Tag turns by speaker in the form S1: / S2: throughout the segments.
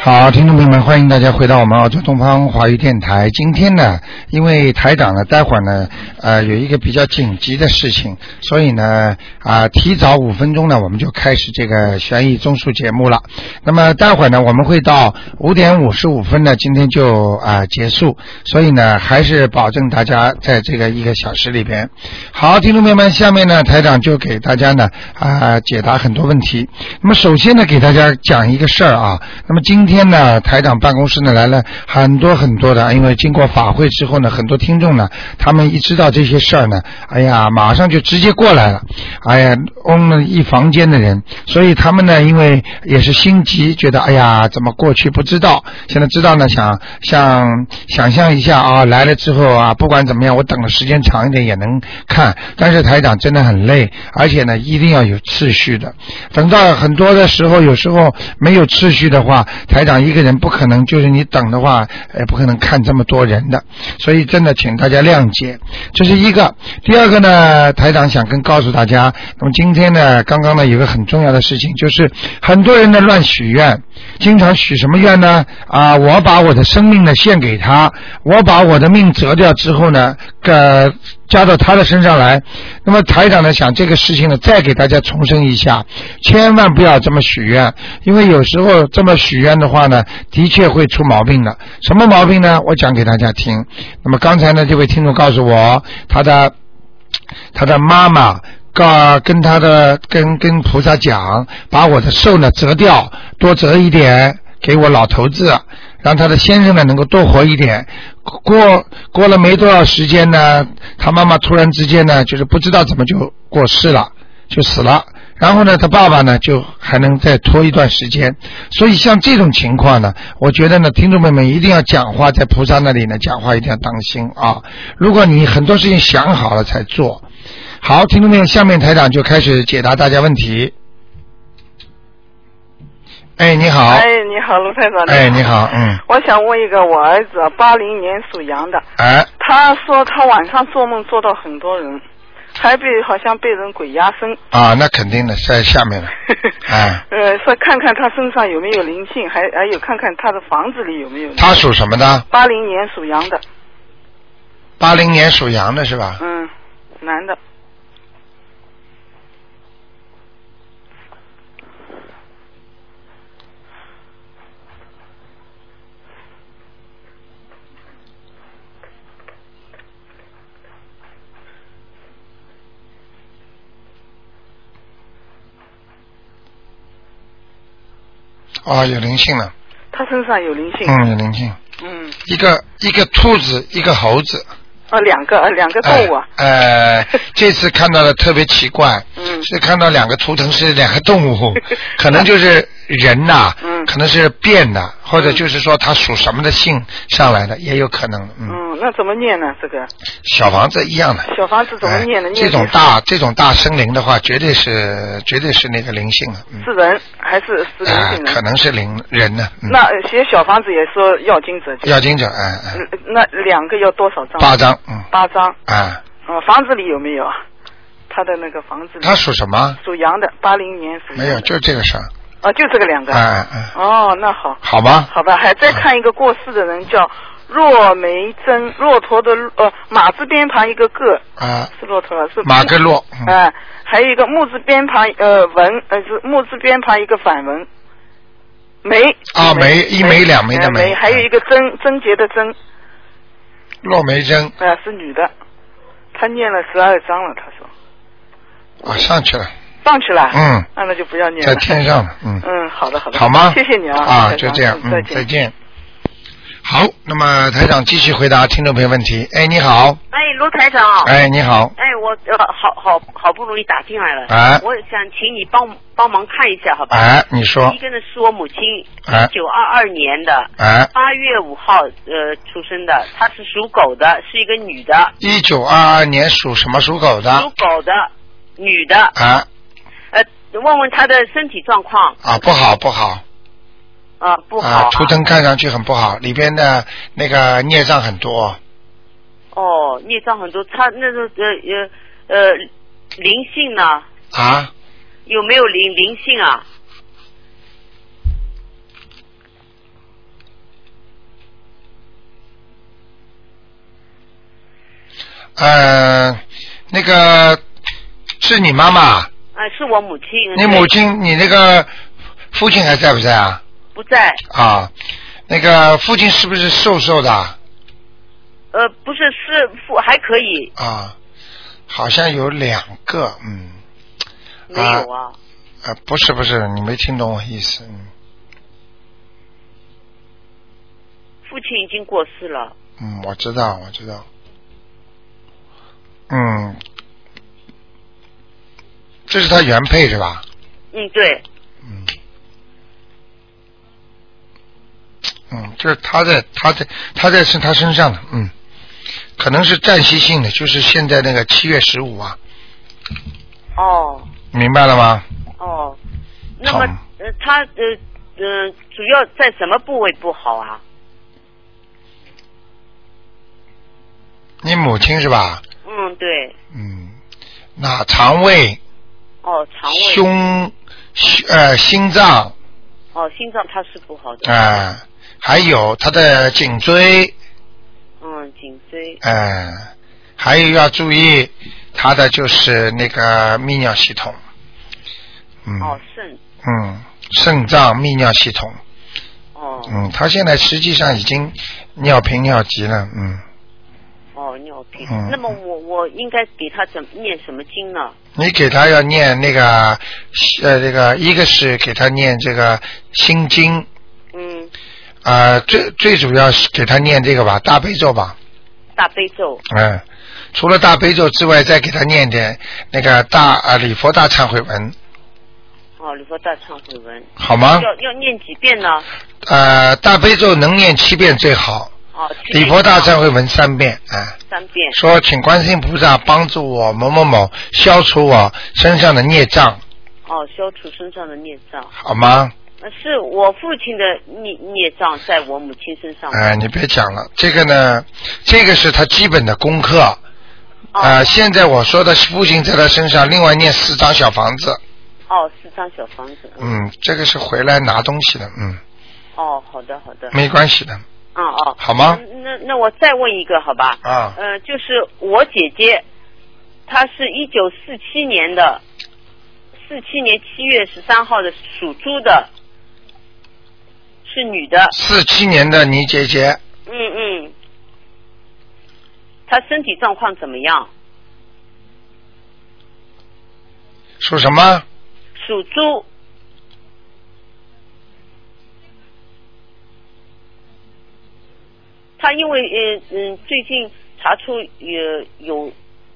S1: 好，听众朋友们，欢迎大家回到我们澳洲东方华语电台。今天呢，因为台长呢，待会儿呢，呃，有一个比较紧急的事情，所以呢，啊、提早五分钟呢，我们就开始这个悬疑综述节目了。那么待会儿呢，我们会到五点五十五分呢，今天就啊、结束，所以呢，还是保证大家在这个一个小时里边。好，听众朋友们，下面呢，台长就给大家呢啊、解答很多问题。那么首先呢，给大家讲一个事儿啊。那么今天呢，台长办公室呢来了很多很多的，因为经过法会之后呢，很多听众呢，他们一知道这些事儿呢，哎呀，马上就直接过来了，哎呀，嗡了一房间的人。所以他们呢，因为也是心急，觉得哎呀，怎么过去不知道，现在知道呢，想想想象一下啊，来了之后啊，不管怎么样，我等的时间长一点也能看。但是台长真的很累，而且呢，一定要有次序的。等到很多的时候，有时候没有秩序的话，台长一个人不可能，就是你等的话，呃，不可能看这么多人的。所以真的，请大家谅解，这是一个。第二个呢，台长想跟告诉大家，那么今天呢，刚刚呢有个很重要的事情，就是很多人呢乱许愿，经常许什么愿呢？啊，我把我的生命呢献给他，我把我的命折掉之后呢，呃，加到他的身上来。那么台长呢，想这个事情呢，再给大家重申一下，千万不要这么许愿，因为有时候这么许愿的话呢，的确会出毛病的。什么毛病呢？我讲给大家听。那么刚才呢，这位听众告诉我，他的他的妈妈告跟他的跟跟菩萨讲，把我的寿呢折掉，多折一点给我老头子，让他的先生呢能够多活一点。过过了没多少时间呢，他妈妈突然之间呢，就是不知道怎么就过世了，就死了。然后呢，他爸爸呢就还能再拖一段时间，所以像这种情况呢，我觉得呢，听众朋友们一定要讲话，在菩萨那里呢讲话一定要当心啊！如果你很多事情想好了才做，好，听众朋友，下面台长就开始解答大家问题。哎，你好，
S2: 哎，你好，卢太长。
S1: 哎，你。好，嗯，
S2: 我想问一个，我儿子八零年属羊的，
S1: 哎，
S2: 他说他晚上做梦做到很多人，还被好像被人鬼压身，
S1: 啊，那肯定的，在下面 了，哎，
S2: 呃，说看看他身上有没有灵性，还还有看看他的房子里有没有。
S1: 他属什么的？
S2: 八零年属羊的，
S1: 八零年属羊的是吧？
S2: 嗯，男的，
S1: 哦，有灵性了，
S2: 他身上有灵性。
S1: 嗯，有灵性，
S2: 嗯，
S1: 一个一个兔子，一个猴子，
S2: 啊，两个啊，两个动物啊，
S1: 呃，呃这次看到的特别奇怪，
S2: 嗯
S1: 是看到两个图腾是两个动 物，可能就是人呐、
S2: 嗯
S1: 可能是变的，或者就是说它属什么的性上来的，也有可能，嗯，
S2: 嗯，那怎么念呢？这个
S1: 小房子一样的。
S2: 小房子怎么念呢？
S1: 哎
S2: 念
S1: 这种
S2: 几次
S1: 大这种大生灵的话，绝对是绝对是那个灵性了，嗯，
S2: 是人还是是灵
S1: 啊、
S2: 性
S1: 可
S2: 人？
S1: 能是灵人呢、嗯，
S2: 那呃写小房子也说要经者就
S1: 要经者，哎、哎，
S2: 嗯那两个要多少张？
S1: 八张，嗯，
S2: 八张。
S1: 啊，
S2: 嗯，房子里有没有啊？他的那个房子里
S1: 他属什么？
S2: 属羊的，八零年属羊的
S1: 没有，就这个事儿，
S2: 哦，就这个两个。
S1: 哎哎哎，
S2: 哦，那好，
S1: 好吧，
S2: 好吧，还再看一个过世的人叫若梅珍，骆驼的呃马字边旁一个个
S1: 啊，
S2: 是骆驼啊是
S1: 马格洛，嗯
S2: 哎、还有一个木字边旁呃文呃是木字边旁一个反文。梅
S1: 啊梅一梅两梅的
S2: 哎
S1: 梅嗯
S2: 梅，还有一个贞贞洁的贞，
S1: 骆梅珍
S2: 呃，是女的，她念了十二章了，她说
S1: 啊，上去了，
S2: 上去了，
S1: 嗯，
S2: 那那就不要念
S1: 在
S2: 了。
S1: 天上了，嗯，
S2: 嗯，好的好的，
S1: 好吗？
S2: 谢谢你啊，
S1: 啊，
S2: 台
S1: 就
S2: 长
S1: 这样，
S2: 嗯
S1: 嗯，
S2: 再
S1: 再
S2: 见。
S1: 见。好，那么台长继续回答听众朋友问题。哎，你好，
S3: 哎，卢台长，哎，
S1: 哎，你好，
S3: 我呃，好好好不容易打进来了，
S1: 哎
S3: 我想请你帮帮忙看一下，好吧？
S1: 哎，你说
S3: 一，个呢是我母亲，
S1: 哎
S3: 九二二年的，
S1: 哎，
S3: 八月五号呃出生的，她是属狗的，是一个女的，
S1: 一九二二年属什么？属狗
S3: 属
S1: 的，
S3: 狗的女的，
S1: 啊
S3: 呃，问问她的身体状况
S1: 啊，不好不好，
S3: 啊、不好、
S1: 啊，图腾看上去很不好，里边的那个孽障很多，
S3: 哦，孽障很多，她那个呃呃呃灵性呢
S1: 啊，
S3: 有没有灵灵性啊？
S1: 呃，那个是你妈妈，
S3: 哎，是我母亲。哎
S1: 你母亲，你那个父亲还在不在啊？
S3: 不在，
S1: 啊，那个父亲是不是瘦瘦的啊
S3: 呃，不是是父还可以，
S1: 啊？好像有两个，嗯，
S3: 没有啊。
S1: 啊，不是不是，你没听懂我意思，嗯
S3: 父亲已经过世了，
S1: 嗯，我知道我知道，嗯，这是他原配是吧？
S3: 嗯，对，
S1: 嗯，嗯，就是他在他在他在是他身上的，嗯，可能是暂时性的，就是现在那个七月十五啊，
S3: 哦
S1: 明白了吗？
S3: 哦，那么
S1: 好
S3: 呃，他呃呃，主要在什么部位不好啊？
S1: 你母亲是吧？
S3: 嗯，对，
S1: 嗯，那肠胃、
S3: 哦，肠胃，
S1: 胸、胸呃心脏
S3: 哦，心脏它是不好的，
S1: 啊、呃还有他的颈椎，
S3: 嗯，颈椎，
S1: 哎、还有要注意他的就是那个泌尿系统，嗯，
S3: 哦，肾，
S1: 嗯，肾脏、泌尿系统，
S3: 哦
S1: 嗯，他现在实际上已经尿频尿急了，嗯，
S3: 哦，尿频。
S1: 嗯
S3: 那么我我应该给他怎么念什么经呢？
S1: 你给他要念那个呃这个，一个是给他念这个心经
S3: 嗯，
S1: 啊、最最主要是给他念这个吧，大悲咒吧，
S3: 大悲咒，
S1: 嗯，除了大悲咒之外，再给他念点那个大啊、礼佛大忏悔文，
S3: 哦，礼佛大忏悔文，
S1: 好吗？
S3: 要要念几遍呢？
S1: 呃，大悲咒能念七遍最好，
S3: 哦，七
S1: 礼
S3: 遍
S1: 佛大
S3: 就好
S1: 忏悔文三遍，啊、
S3: 三遍。
S1: 说请观世音菩萨帮助我某某某消除我身上的孽障，
S3: 哦，消除身上的孽障，
S1: 好吗？
S3: 呃是我父亲的孽孽障在我母亲身上。
S1: 哎、你别讲了，这个呢，这个是他基本的功课。啊、
S3: 哦、
S1: 现在我说的是父亲在他身上，另外念四张小房子。
S3: 哦，四张小房子。
S1: 嗯，这个是回来拿东西的，嗯，
S3: 哦，好的好的。
S1: 没关系的，
S3: 嗯哦。
S1: 好吗？
S3: 嗯那那我再问一个好吧？
S1: 啊，
S3: 呃，就是我姐姐，她是一九四七年的，四七年七月十三号的属猪的，是女的，
S1: 四七年的倪姐姐，
S3: 嗯嗯，她身体状况怎么样？
S1: 属什么？
S3: 属猪，她因为呃嗯最近查出有有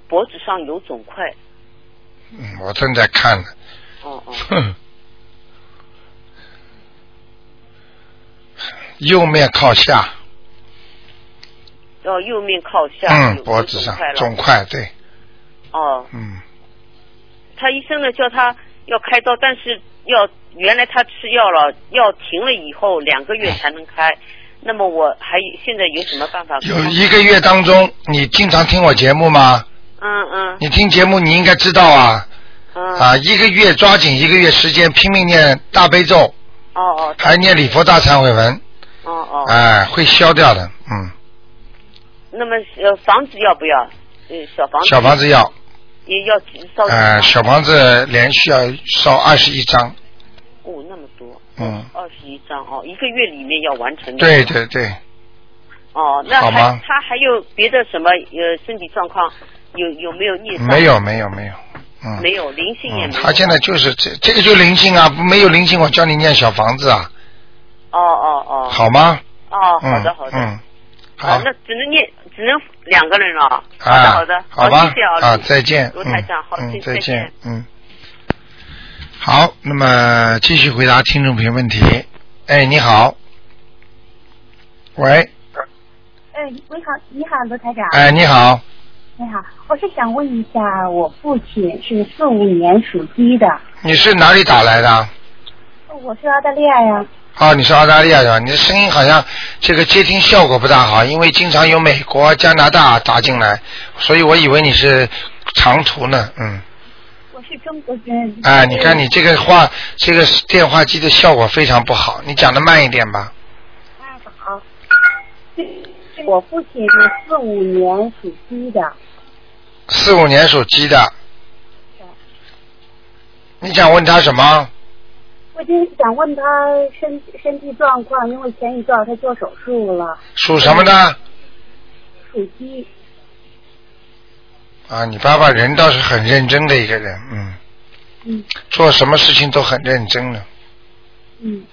S3: 脖子上有肿块，
S1: 嗯，我正在看呢。
S3: 哦 哦
S1: 哼，右面靠下，
S3: 哦右面靠下，
S1: 嗯，
S3: 有
S1: 脖子上
S3: 有块了
S1: 肿块，对，
S3: 哦，
S1: 嗯，
S3: 他医生呢叫他要开刀，但是要原来他吃药了，药停了以后两个月
S1: 哎
S3: 才能开。那么我还现在有什么办法？
S1: 有一个月当中，你经常听我节目吗？
S3: 嗯嗯
S1: 你听节目，你应该知道啊
S3: 嗯
S1: 啊！一个月抓紧一个月时间，拼命念大悲咒，
S3: 哦哦
S1: 还念礼佛大忏悔文，
S3: 哦哦。
S1: 哎，会消掉的。嗯，
S3: 那么呃房子要不要？呃小房子
S1: 小房子要，
S3: 也要烧几
S1: 呃，
S3: 张
S1: 小房子连续要烧二十一张。
S3: 哦那么多
S1: 嗯，
S3: 二十一张哦，一个月里面要完成的。
S1: 对对对，
S3: 哦，那
S1: 好
S3: 还
S1: 吗
S3: 他还有别的什么呃身体状况有有没有孽障？
S1: 没有没有没有，嗯，
S3: 没有灵性也
S1: 嗯，
S3: 没有。
S1: 他现在就是这这个就灵性啊，没有灵性我教你念小房子啊，
S3: 哦哦哦。
S1: 好吗？
S3: 哦，
S1: 嗯，
S3: 好的好的。
S1: 嗯，
S3: 啊
S1: 好，，
S3: 那只能念，只能两个人了。好的
S1: 啊，
S3: 好的，
S1: 好
S3: 好
S1: 吧，
S3: 谢谢啊，
S1: 啊，
S3: 卢
S1: 再见，
S3: 卢台长，
S1: 嗯
S3: 好，谢
S1: 嗯，
S3: 谢
S1: 再见，嗯。好，那么继续回答听众朋友问题。哎，你好，喂，
S4: 哎，你好，你好，罗台长。
S1: 哎，你好，
S4: 你好，我是想问一下，我父亲是四五年属鸡的，
S1: 你是哪里打来的？
S4: 我是澳大利亚呀。
S1: 哦，你是澳大利亚的，你的声音好像这个接听效果不大好，因为经常有美国、加拿大打进来，所以我以为你是长途呢，嗯。
S4: 我是中国人。
S1: 哎，你
S3: 嗯
S1: 看你这个话，这个电话机的效果非常不好，你讲的慢一点吧。
S4: 啊，好。我父亲是四五年属鸡的，
S1: 四五年属鸡的。你想问他什么？
S4: 我就是想问他身身体状况，因为前一段他做手术了，
S1: 属什么的？
S4: 属鸡。
S1: 啊，你爸爸人倒是很认真的一个人，嗯，
S4: 嗯
S1: 做什么事情都很认真的。
S4: 嗯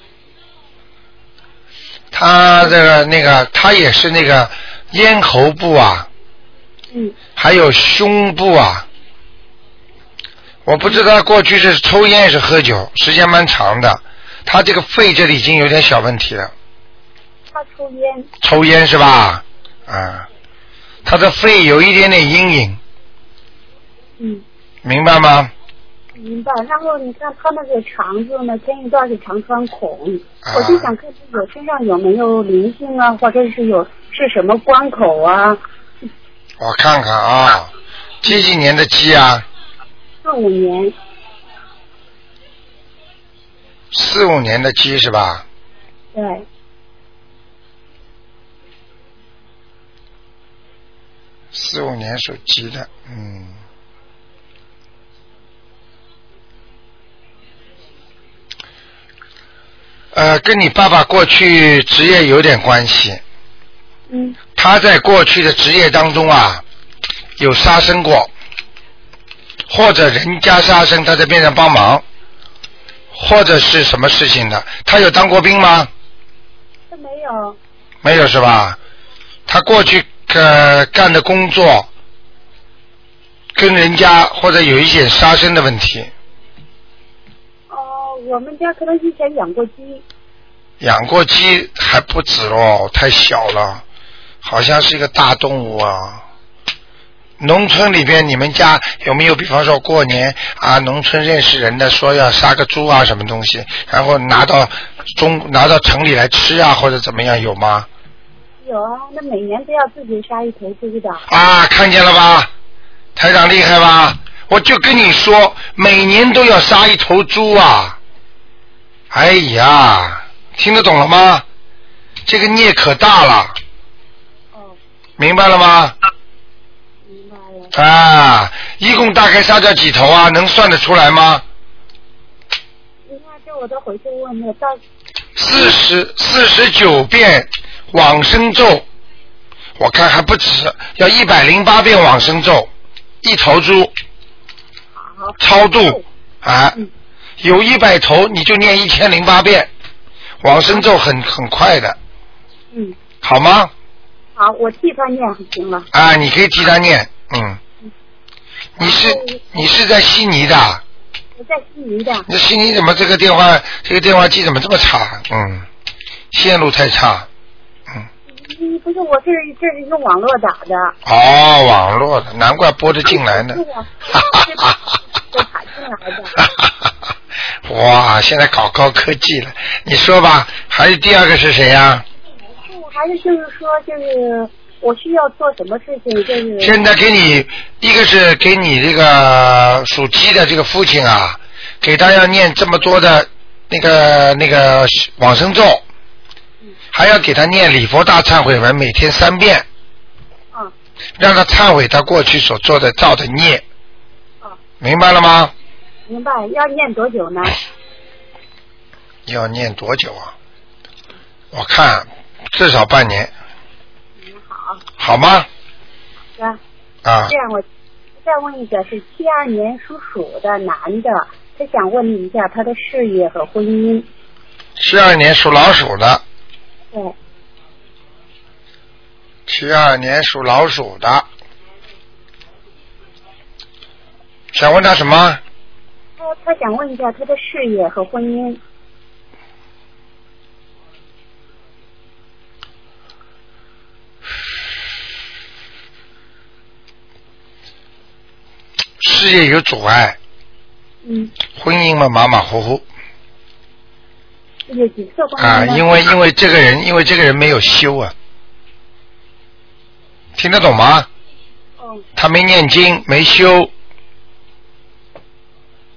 S1: 他这个那个，他也是那个咽喉部啊，
S4: 嗯
S1: 还有胸部啊。我不知道他过去是抽烟还是喝酒，时间蛮长的。他这个肺这里已经有点小问题了，
S4: 他抽烟。
S1: 抽烟是吧？啊，他的肺有一点点阴影，
S4: 嗯，
S1: 明白吗？
S4: 明白。然后你看他那个肠子呢，前一段是肠穿孔，
S1: 啊
S4: 我就想看看我身上有没有灵性啊，或者是有是什么关口啊？
S1: 我看看啊，几几年的鸡啊？
S4: 四五年，
S1: 四五年的鸡是吧？
S4: 对，
S1: 四五年属鸡的，嗯。呃，跟你爸爸过去职业有点关系。
S4: 嗯，
S1: 他在过去的职业当中啊，有杀生过，或者人家杀生，他在边上帮忙，或者是什么事情的。他有当过兵吗？
S4: 他没有，
S1: 没有是吧？他过去呃干的工作，跟人家或者有一些杀生的问题，
S4: 哦，我们家可能以前养过鸡，
S1: 养过鸡还不止哦，太小了，好像是一个大动物啊。农村里边，你们家有没有比方说过年啊，农村认识人的说要杀个猪啊，什么东西，然后拿到中拿到城里来吃啊，或者怎么样，有吗？
S4: 有啊，那每年都要自己杀一头猪的，
S1: 啊，看见了吧？台长厉害吧？我就跟你说，每年都要杀一头猪啊！哎呀，听得懂了吗？这个孽可大了，
S4: 哦，
S1: 明白了吗？
S4: 明白了，
S1: 啊，一共大概杀掉几头啊？能算得出来吗？
S4: 你看这我都回去问问，到
S1: 四十四十九遍往生咒，我看还不止，要一百零八遍往生咒，一头猪
S4: 好，
S1: 超度啊。
S4: 嗯，
S1: 有一百头，你就念一千零八遍，往生咒很很快的，
S4: 嗯，
S1: 好吗？
S4: 好，我替他念行了，
S1: 啊，你可以替他念，嗯。你是你是在悉尼的，
S4: 我在悉尼的，
S1: 那悉尼怎么这个电话这个电话机怎么这么差？嗯，线路太差。嗯，
S4: 嗯不是，我是这是用网络打的，
S1: 哦，网络的，难怪拨得进来呢
S4: 是。我，
S1: 哈哈哈哈
S4: 我打进来的，
S1: 哈！哇，现在搞高科技了，你说吧，还有第二个是谁啊呀、
S4: 我嗯还是就是说就是我需要做什么事情，就是
S1: 现在给你，一个是给你这个属鸡的这个父亲啊，给他要念这么多的那个那个往生咒，还要给他念礼佛大忏悔文，每天三遍，
S4: 啊
S1: 让他忏悔他过去所做的造的孽，
S4: 啊，
S1: 明白了吗？
S4: 明白，要念多久呢？
S1: 要念多久啊？我看至少半年，
S4: 嗯，好，
S1: 好吗？
S4: 行。
S1: 啊
S4: 这，样我再问一个，是七二年属鼠的男的，他想问一下他的事业和婚姻。
S1: 七二年属老鼠的，
S4: 对，
S1: 七二年属老鼠的，想问他什么？
S4: 他他想问一下他的事业和婚姻。
S1: 事业有阻碍，
S4: 嗯，
S1: 婚姻嘛马马虎虎
S4: 有几次婚
S1: 啊，
S4: 姻呢？
S1: 因为因为这个人，因为这个人没有修啊，听得懂吗？
S4: 嗯，
S1: 他没念经，没修，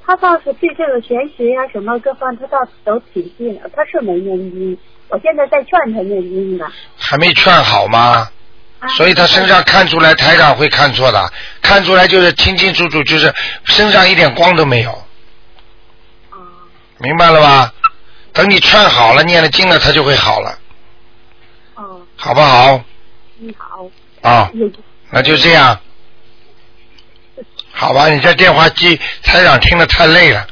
S4: 他倒是对这个玄学呀、什么各方他倒是都挺信的，他是没念经。我现在在劝他念经呢。
S1: 还没劝好吗？
S4: 啊
S1: 所以他身上看出来，台长会看错的，看出来就是清清楚楚，就是身上一点光都没有，
S4: 啊，
S1: 明白了吧？等你劝好了，念了经了，他就会好了，
S4: 哦，
S1: 好不好？
S4: 你好，嗯
S1: 啊，
S4: 有
S1: 那就这样，好吧？你这电话机台长听得太累了，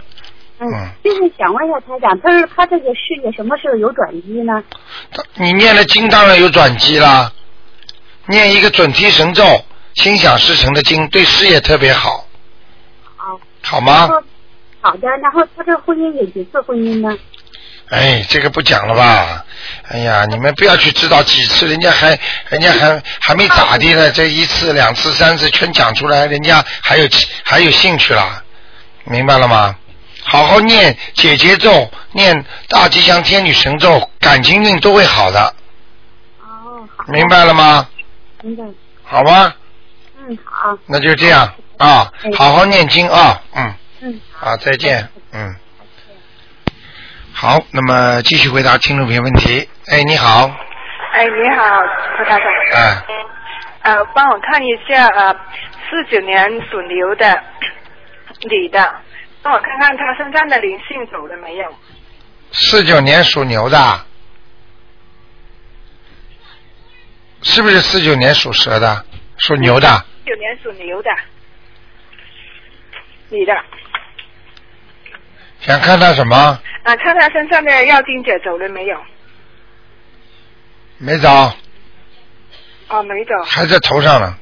S1: 嗯
S4: 嗯，就是想问一下台长，他是他这个事业什么时候有转机呢？
S1: 他你念了经当然有转机啦，念一个准提神咒，心想事成的经，对事业特别好，
S4: 好，
S1: 好
S4: 然
S1: 吗？
S4: 后好的，然后他这婚姻有几次婚姻呢？
S1: 哎，这个不讲了吧？哎呀，你们不要去知道几次，人家还人家还还没咋的呢，这一次、两次、三次全讲出来，人家还有还有兴趣啦，明白了吗？好好念解结咒，念大吉祥天女神咒，感情运都会好的，
S4: 哦，好，
S1: 明白了吗？
S4: 明白，
S1: 好吧，
S4: 嗯，好，
S1: 那就这样啊，好好念经啊，嗯，
S4: 嗯，
S1: 好，再见，嗯。好，那么继续回答听众朋友问题。哎，你好，
S5: 哎，你好，胡台长。
S1: 哎、
S5: 呃，帮我看一下啊，四九年属牛的 女的，帮我看看她身上的灵性走了没有？
S1: 四九年属牛的，是不是四九年属蛇的？属牛的，
S5: 九年属牛的女的，
S1: 想看他什么？
S5: 啊，看她身上的药精者走了没有？
S1: 没找，
S5: 哦，没走，
S1: 还在头上呢，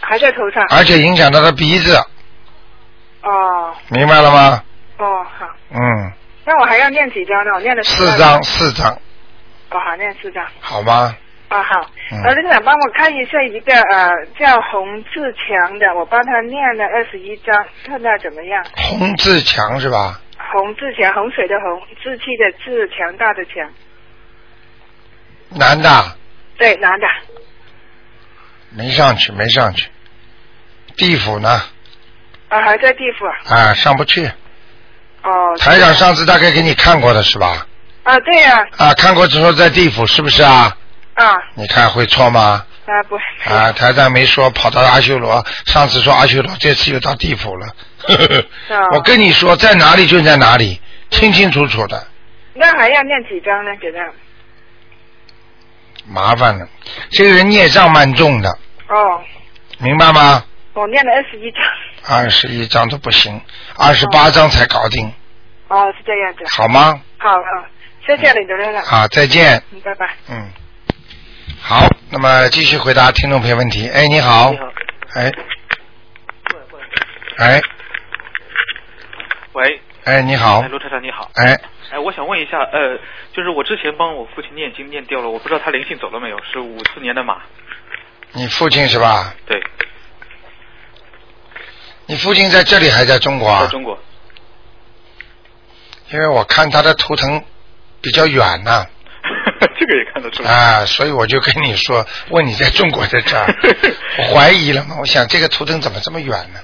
S5: 还在头上。
S1: 而且影响到他鼻子，
S5: 哦
S1: 明白了吗？
S5: 哦，好，
S1: 嗯，
S5: 那我还要念几张呢？我念了
S1: 四
S5: 张。
S1: 张，四张，
S5: 哦，好，念四张。
S1: 好吗？
S5: 啊好，
S1: 嗯
S5: 呃，队长帮我看一下一个呃叫洪志强的，我帮他念了二十一章，看他怎么样。
S1: 洪志强是吧？
S5: 洪志强，洪水的洪，志气的志，强大的强。
S1: 男的，
S5: 对，男的。
S1: 没上去，没上去。地府呢？
S5: 啊，还在地府啊？
S1: 啊，上不去。
S5: 哦。
S1: 台长上次大概给你看过的是吧？
S5: 啊，对呀、
S1: 啊，看过之后在地府是不是啊？
S5: 啊，
S1: 你看会错吗？
S5: 啊 不。
S1: 啊，台长没说跑到阿修罗，上次说阿修罗，这次又到地府了。
S5: 啊
S1: 我跟你说，在哪里就在哪里，清清楚楚的，
S5: 那还要念几张呢？给他。
S1: 麻烦了。这个人孽障蛮重的，
S5: 哦，
S1: 明白吗？
S5: 我念了二十一章。
S1: 二十一章都不行，二十八章才搞定，
S5: 哦，是这样子。
S1: 好吗？
S5: 好啊，谢谢你的队长，
S1: 啊，再见，
S5: 嗯，拜拜。
S1: 嗯。好，那么继续回答听众朋友问题。哎，你好，
S6: 你好，
S1: 哎，哎，
S6: 喂，
S1: 哎，你好
S6: 哎，，卢台长你好，
S1: 哎，
S6: 哎，我想问一下，呃，就是我之前帮我父亲念经念掉了，我不知道他灵性走了没有，是五四年的马，
S1: 你父亲是吧？
S6: 对，
S1: 你父亲在这里还在中国啊？
S6: 在中国，
S1: 因为我看他的图腾比较远呐、
S6: 这个也看得出
S1: 啊，
S6: 来，
S1: 所以我就跟你说，问你在中国在 这儿，我怀疑了嘛，我想这个图腾怎么这么远呢？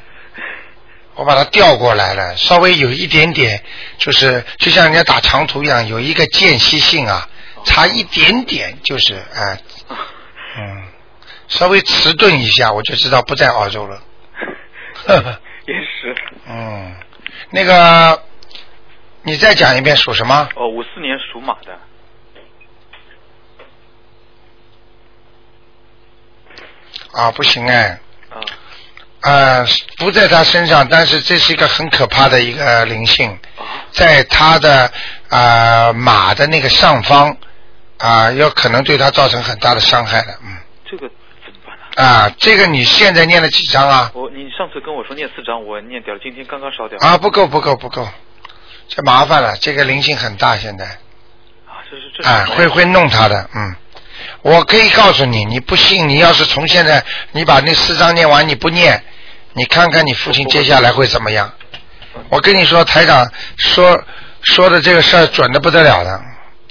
S1: 我把它调过来了，稍微有一点点，就是就像人家打长途一样，有一个间隙性啊，差一点点，就是哎、
S6: 哦
S1: 嗯，稍微迟钝一下，我就知道不在澳洲了。
S6: 也是，
S1: 嗯，那个，你再讲一遍属什么？
S6: 哦，五四年属马的，
S1: 啊，不行哎，
S6: 啊、
S1: 呃，不在他身上，但是这是一个很可怕的一个灵性，
S6: 啊，
S1: 在他的呃马的那个上方啊、有可能对他造成很大的伤害的，嗯
S6: 这个怎么办呢、
S1: 啊，这个你现在念了几章啊？
S6: 我你上次跟我说念四张，我念掉了，今天刚刚烧掉，
S1: 啊，不够，不够，不够，这麻烦了，这个灵性很大，现在
S6: 啊，这是这是
S1: 啊，会会弄他的，嗯。我可以告诉你，你不信，你要是从现在你把那四章念完，你不念，你看看你父亲接下来会怎么样？
S6: 嗯
S1: 我跟你说，台长说说的这个事儿准的不得了的，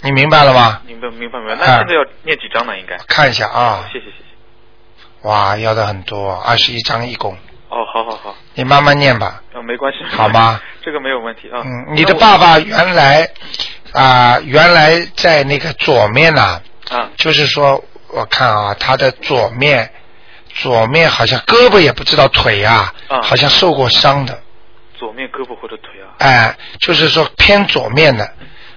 S1: 你明白了吗？
S6: 明白明白明
S1: 啊
S6: 白，那现在要念几张呢？应该，
S1: 看一下啊，
S6: 谢谢谢谢，
S1: 哇，要的很多，二十一章一共，
S6: 哦，好好好，
S1: 你慢慢念吧，
S6: 啊，没关系，
S1: 好吗？
S6: 这个没有问题啊，
S1: 嗯，你的
S6: 那我
S1: 爸爸原来啊、原来在那个左面呐、
S6: 啊
S1: 就是说我看啊，他的左面，左面好像胳膊也不知道腿啊，
S6: 啊
S1: 好像受过伤的，
S6: 左面胳膊或者腿啊，
S1: 哎、就是说偏左面的，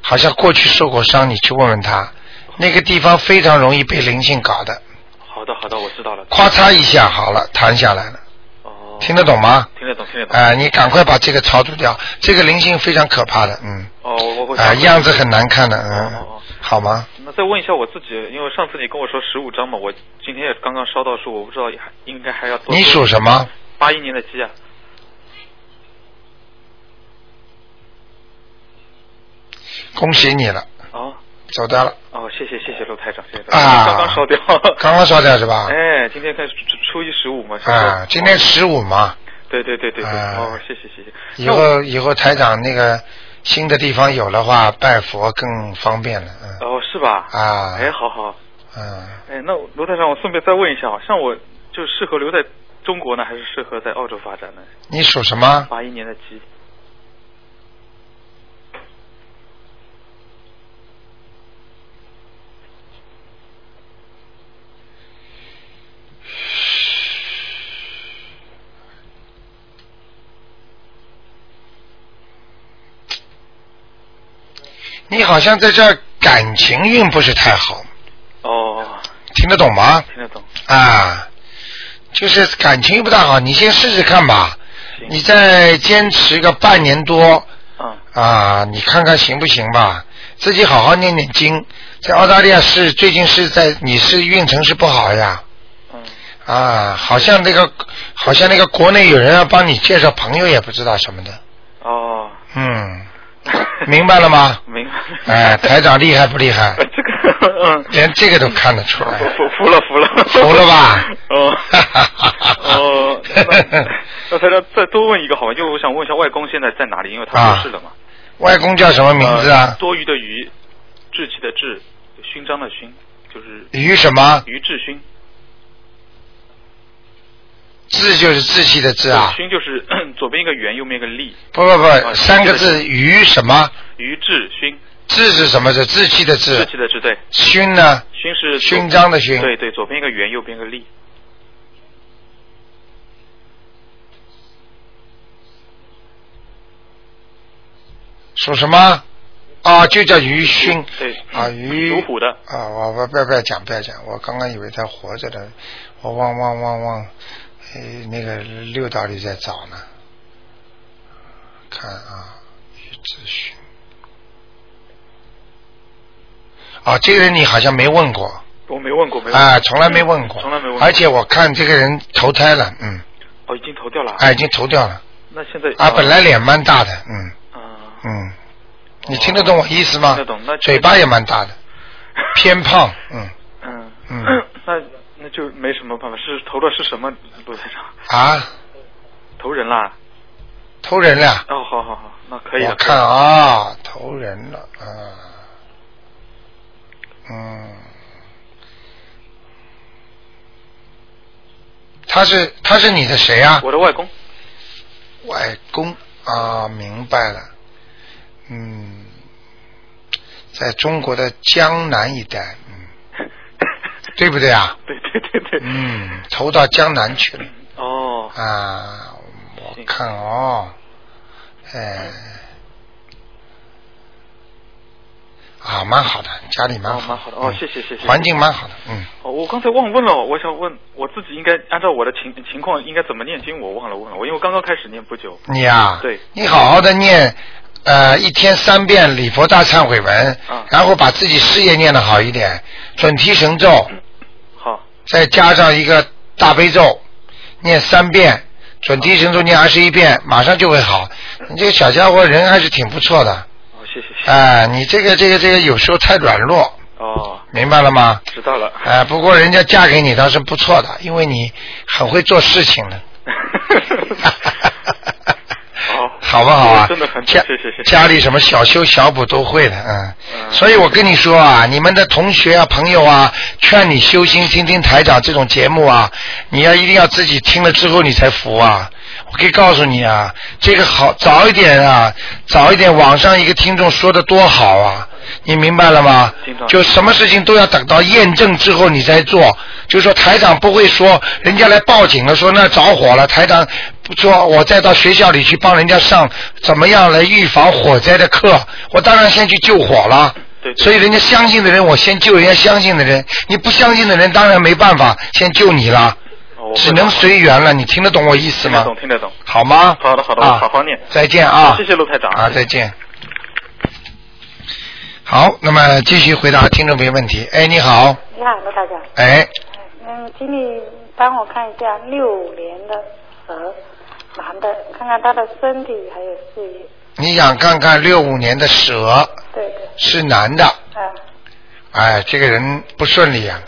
S1: 好像过去受过伤，你去问问他，那个地方非常容易被灵性搞的，
S6: 好的好的，我知道了。
S1: 咔嚓一下好了，弹下来了，
S6: 哦，
S1: 听得懂吗？
S6: 听得懂听得懂。
S1: 哎、你赶快把这个超度掉，这个灵性非常可怕的，嗯，
S6: 哦，我我
S1: 啊、样子很难看的，
S6: 哦哦
S1: 嗯
S6: 哦，
S1: 好吗？
S6: 那再问一下我自己，因为上次你跟我说十五张嘛，我今天也刚刚烧到数，我不知道还应该还要多。
S1: 你属什么？
S6: 八一年的鸡啊，
S1: 恭喜你了，
S6: 哦
S1: 走掉 了，
S6: 哦，谢谢谢谢陆台长，谢谢
S1: 啊
S6: 刚刚烧掉。
S1: 刚刚烧掉是吧？
S6: 哎，今天看初初一十五嘛，是吧哦
S1: 啊，今天十五嘛，
S6: 对对对对对，
S1: 哎
S6: 哦，谢谢谢谢。
S1: 以
S6: 那我
S1: 后以后台长那个新的地方有的话，拜佛更方便了，嗯
S6: 哦是吧？
S1: 啊，
S6: 哎，好好，
S1: 嗯，
S6: 哎，那罗台长，我顺便再问一下啊，像我就适合留在中国呢，还是适合在澳洲发展呢？
S1: 你属什么？
S6: 八一年的鸡，
S1: 你好像在这儿感情运不是太好，
S6: 哦，
S1: 听得懂吗？
S6: 听得懂，
S1: 啊，就是感情运不大好，你先试试看吧，
S6: 行，
S1: 你再坚持个半年多
S6: 嗯，
S1: 啊，你看看行不行吧？自己好好念念经，在澳大利亚是最近是在你是运程是不好呀，
S6: 嗯，
S1: 啊，好像那个，好像那个国内有人要帮你介绍朋友，也不知道什么的。
S6: 哦，
S1: 嗯，明白了吗？
S6: 明白。
S1: 哎，台长厉害不厉害
S6: 呃，？这个，嗯，
S1: 连这个都看得出 来。
S6: 服服服了服了，
S1: 服了吧
S6: 哦，哦，那那台长再多问一个好吧？就我想问一下外公现在在哪里？因为他过世了嘛。
S1: 啊外公叫什么名字
S6: 呃
S1: 啊？
S6: 多余的余，志气的志，勋章的勋，就是
S1: 于什么？
S6: 于志勋。
S1: 志就是志气的志啊。
S6: 勋就是 左边一个圆，右边一个立。
S1: 不不
S6: 啊
S1: 不，三个字于什么？
S6: 于志勋，
S1: 志是什么字？志气的
S6: 志
S1: 志。
S6: 气的志，对。
S1: 勋呢？
S6: 勋是左
S1: 勋章的勋
S6: 对对，左边一个圆，右边一个立。
S1: 属什么？啊，就叫于勋。
S6: 对。
S1: 啊，于
S6: 属虎的。
S1: 啊，我我不要不要讲不要讲，我刚刚以为他活着的，我往往往往，呃，那个六道里在找呢。看啊，于志勋。啊，这个人你好像没问过
S6: 我没问过，没问过。
S1: 啊，从来没问过，
S6: 从来没问过。
S1: 而且我看这个人投胎了，嗯，
S6: 哦，已经投掉了。
S1: 啊，已经投掉了
S6: 那现在呃
S1: 啊，本来脸蛮大的，嗯
S6: 啊，哦
S1: 嗯，你听得懂我意思吗？
S6: 听得懂那
S1: 嘴巴也蛮大的，偏胖，嗯
S6: 嗯
S1: 嗯，
S6: 那那就没什么办法，是投的是什么陆台长？
S1: 啊，
S6: 投人啦？
S1: 投人了。
S6: 哦，好好好，那可以啊了。
S1: 我看啊，投人了啊，嗯，他是他是你的谁啊
S6: 可以了，？我的外公。
S1: 外公啊，明白了，嗯，在中国的江南一带，嗯， 对不对啊？
S6: 对对对对。
S1: 嗯，投到江南去了
S6: 哦，
S1: 啊，我
S6: 行
S1: 看哦，哎，啊，蛮好的，家里蛮
S6: 哦
S1: 好，
S6: 蛮好的哦
S1: 嗯
S6: 谢谢谢谢
S1: 环境蛮好的，嗯，
S6: 哦，我刚才忘问了，我想问我自己应该按照我的情情况应该怎么念经，我忘了问了，我因为我刚刚开始念不久。
S1: 你啊，
S6: 对
S1: 你好好的念，呃，一天三遍礼佛大忏悔文，
S6: 啊
S1: 然后把自己事业念得好一点，准提神咒，
S6: 好，
S1: 再加上一个大悲咒，念三遍，准提神咒念二十一遍，马上就会好。你这个小家伙人还是挺不错的，
S6: 哦，谢谢谢谢。
S1: 哎、你这个这个这个有时候太软弱，
S6: 哦，
S1: 明白了吗？
S6: 知道了。
S1: 哎、不过人家嫁给你倒是不错的，因为你很会做事情的。
S6: 好
S1: 好不好啊？
S6: 哦真的很
S1: 家
S6: 谢谢谢谢
S1: 家里什么小修小补都会的，嗯。
S6: 嗯
S1: 所以我跟你说啊，你们的同学啊、朋友啊，劝你修心，听听台长这种节目啊，你要一定要自己听了之后你才服啊。我可以告诉你啊，这个好早一点啊，早一点网上一个听众说的多好啊，你明白了吗
S6: 听到？
S1: 就什么事情都要等到验证之后你再做。就是说台长不会说人家来报警了，说那着火了，台长不说我再到学校里去帮人家上怎么样来预防火灾的课，我当然先去救火了。
S6: 对对
S1: 所以人家相信的人，我先救人家相信的人；你不相信的人，当然没办法，先救你了，
S6: 哦我
S1: 只
S6: 会
S1: 能
S6: 的
S1: 随缘了。你听得懂我意思
S6: 听得
S1: 吗？
S6: 懂，听得懂。
S1: 好吗？
S6: 好的好的
S1: 啊
S6: 我好好念
S1: 再见啊！
S6: 谢谢陆台长
S1: 啊，再见。好，那么继续回答听众朋友问题。哎，你好，
S7: 你好，罗大姐。
S1: 哎，
S7: 嗯，请你帮我看一下六年的蛇男的，看看他的身体还有事业。
S1: 你想看看六五年的蛇
S7: 对对，
S1: 是男的，
S7: 啊，
S1: 哎，这个人不顺利啊，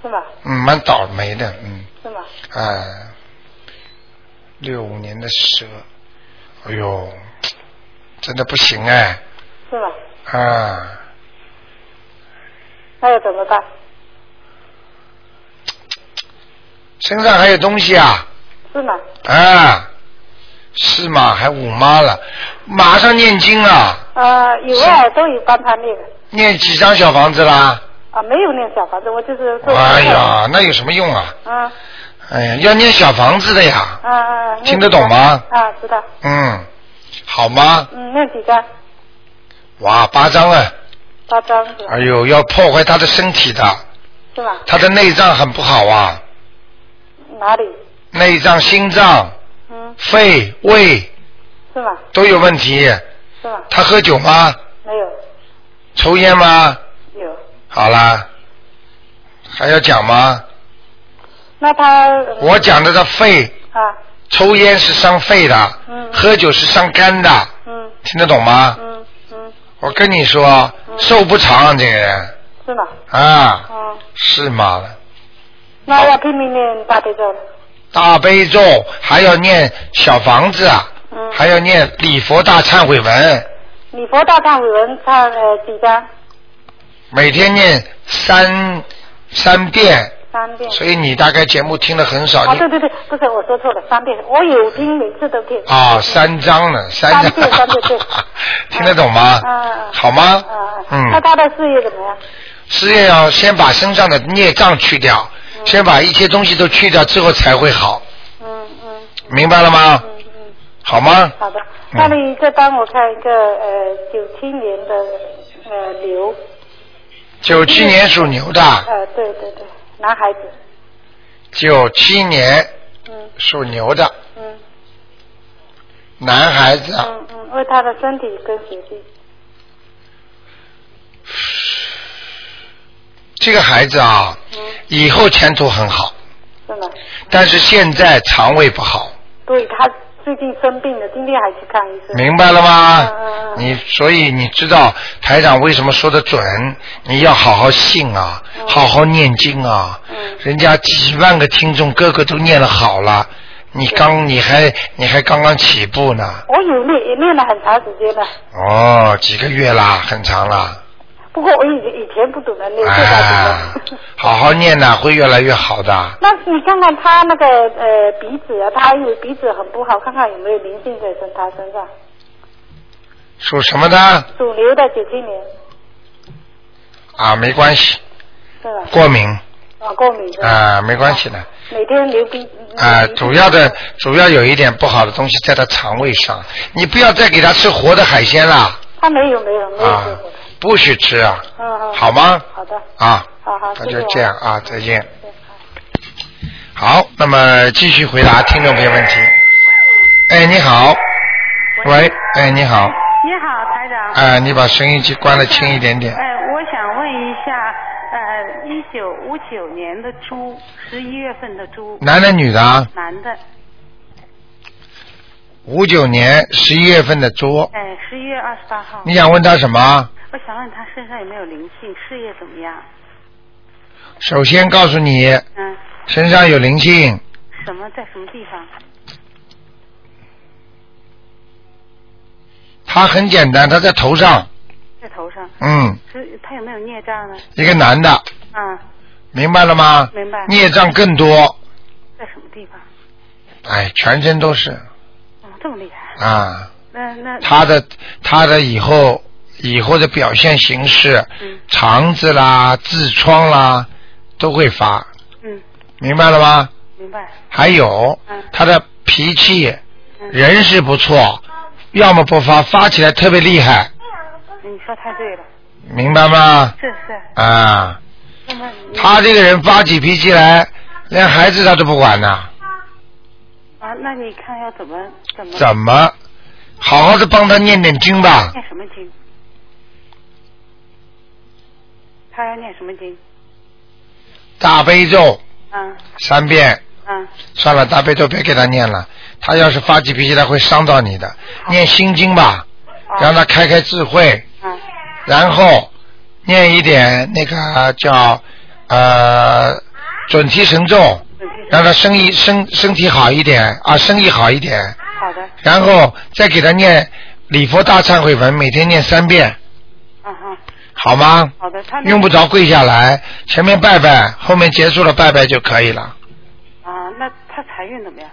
S7: 是吗？
S1: 嗯，蛮倒霉的，嗯，
S7: 是吗？
S1: 哎，六五年的蛇，哎呦，真的不行哎，
S7: 是吗？
S1: 啊，
S7: 那要怎么办？
S1: 身上还有东西啊，
S7: 是吗？
S1: 啊，是吗？还五妈了，马上念经了，
S7: 呃，有啊，都有帮他那个
S1: 念几张小房子啦？
S7: 啊，没有那小房子，我就是做。
S1: 哎，呀，那有什么用啊？
S7: 嗯
S1: 哎呀，要念小房子的呀，
S7: 嗯嗯，那
S1: 听得懂吗
S7: 几张啊，知道。
S1: 嗯，好吗？
S7: 嗯，那几张？
S1: 哇，八张啊！
S7: 八张是吧？
S1: 哎呦，要破坏他的身体的，
S7: 是吗？
S1: 他的内脏很不好啊，
S7: 哪里？
S1: 内脏、心脏、
S7: 嗯，
S1: 肺、胃
S7: 是吗？
S1: 都有问题。
S7: 是吗？
S1: 他喝酒吗？
S7: 没有，
S1: 抽烟吗？
S7: 有。
S1: 好啦，还要讲吗？
S7: 那他嗯
S1: 我讲的他肺，
S7: 啊，
S1: 抽烟是伤肺的
S7: 嗯，
S1: 喝酒是伤肝的，
S7: 嗯
S1: 听得懂吗？
S7: 嗯嗯，
S1: 我跟你说，寿不长啊这个人
S7: 是吗？
S1: 啊，
S7: 嗯，
S1: 是妈了。
S7: 那要拼命念大悲咒了。
S1: 大悲咒还要念小房子啊，
S7: 嗯，
S1: 还要念礼佛大忏悔文，
S7: 礼佛大忏悔文唱了几张？
S1: 每天念三三遍。
S7: 三遍。
S1: 所以你大概节目听的很少，你
S7: 啊，哦对对对，不是我说错了，三遍。我有听，每次都听。
S1: 啊、三章了，三章
S7: 三 遍三遍对
S1: 听得懂吗？
S7: 嗯嗯嗯
S1: 好吗？
S7: 啊，那
S1: 嗯，
S7: 他的事业怎么样？
S1: 事业要先把身上的孽障去掉，先把一切东西都去掉之后才会好，
S7: 嗯嗯
S1: 明白了吗？
S7: 嗯嗯，
S1: 好吗？
S7: 好的。
S1: 嗯
S7: 那你再帮我看一个呃九七年的呃牛，
S1: 九七年属牛的，
S7: 呃对对对，男孩子，
S1: 九七年
S7: 嗯
S1: 属牛的
S7: 嗯
S1: 男孩子啊，
S7: 嗯嗯，为他的身体跟学习，
S1: 这个孩子啊，
S7: 嗯
S1: 以后前途很好，
S7: 是吗？
S1: 但是现在肠胃不好，
S7: 对他最近生病了，今天还去看医生。
S1: 明白了吗
S7: 嗯嗯？嗯
S1: 你所以你知道台长为什么说的准？你要好好信啊，好好念经啊。
S7: 嗯
S1: 人家几万个听众，个个都念了好了，你
S7: 嗯
S1: 刚你还你还刚刚起步呢。
S7: 我有练，也练了很长时间了。
S1: 哦，几个月啦，很长啦。
S7: 不过我以前以前不懂得练，现在
S1: 哎
S7: 懂得。，
S1: 好好念呐、会越来越好的。
S7: 那你看看他那个呃鼻子啊，他有鼻子很不好，看看有没有灵性在身他身上。
S1: 属什么的？
S7: 属牛的九七年，
S1: 啊，没关系，
S7: 是吧？
S1: 过敏
S7: 啊，过敏是吧？
S1: 啊，没关系的。
S7: 每天流鼻。
S1: 啊，
S7: 流鼻涕
S1: 主要的主要有一点不好的东西在他肠胃上，你不要再给他吃活的海鲜啦，
S7: 他没有没有没有
S1: 啊
S7: 结果的。，
S1: 不许吃啊，
S7: 嗯嗯。
S1: 好吗？
S7: 好的，
S1: 啊，
S7: 好好，
S1: 那
S7: 谢谢嗯
S1: 就
S7: 啊
S1: 这样啊，再见。
S7: 谢谢
S1: 好，那么继续回答听众朋友问题。哎，你好，喂，哎，你好，
S8: 你好，台长。
S1: 啊，你把收音机关了轻一点点。
S8: 哎、我想问一下，呃，一九五九年的猪，十一月份的猪，
S1: 男的女的啊？
S8: 男的，
S1: 五九年十一月份的猪，
S8: 哎、十一月二十八号。
S1: 你想问他什么？
S8: 我想问他身上有没有灵性，事业怎么样？
S1: 首先告诉你，
S8: 嗯，
S1: 身上有灵性，
S8: 什么在什么地方？
S1: 他很简单，他在头上，
S8: 在头上。
S1: 嗯，
S8: 是他有没有孽障呢？
S1: 一个男的，
S8: 啊，
S1: 明白了吗？
S8: 明白
S1: 孽障更多，
S8: 在什么地方？
S1: 哎，全身都是
S8: 哦，这么厉害。
S1: 啊。
S8: 那那
S1: 他的他的以后以后的表现形式，
S8: 嗯
S1: 肠子啦、痔疮啦都会发，
S8: 嗯，
S1: 明白了吗？
S8: 明白。
S1: 还有
S8: 嗯
S1: 他的脾气，
S8: 嗯
S1: 人是不错，要么不发，发起来特别厉害，
S5: 嗯
S8: 你说太对了，
S1: 明白吗？
S8: 是是。
S1: 啊，
S8: 那么你
S1: 他这个人发起脾气来，连孩子他都不管呐，
S8: 啊，那你看要怎么怎么
S1: 怎么？好好的帮他念念经吧，
S8: 念什么经？他要念什么经？
S1: 大悲咒
S8: 嗯
S1: 三遍，
S8: 嗯
S1: 算了，大悲咒别给他念了，他要是发起脾气来会伤到你的。念心经吧，让他开开智慧，
S8: 哦嗯
S1: 然后念一点那个叫呃准提神咒，让他生意身身体好一点啊，生意好一点，
S8: 好的，
S1: 然后再给他念礼佛大忏悔文，每天念三遍，
S8: 嗯哼，
S1: 好吗？
S8: 好的，他那
S1: 用不着跪下来，前面拜拜，后面结束了拜拜就可以了，
S8: 啊，那他财运怎么样？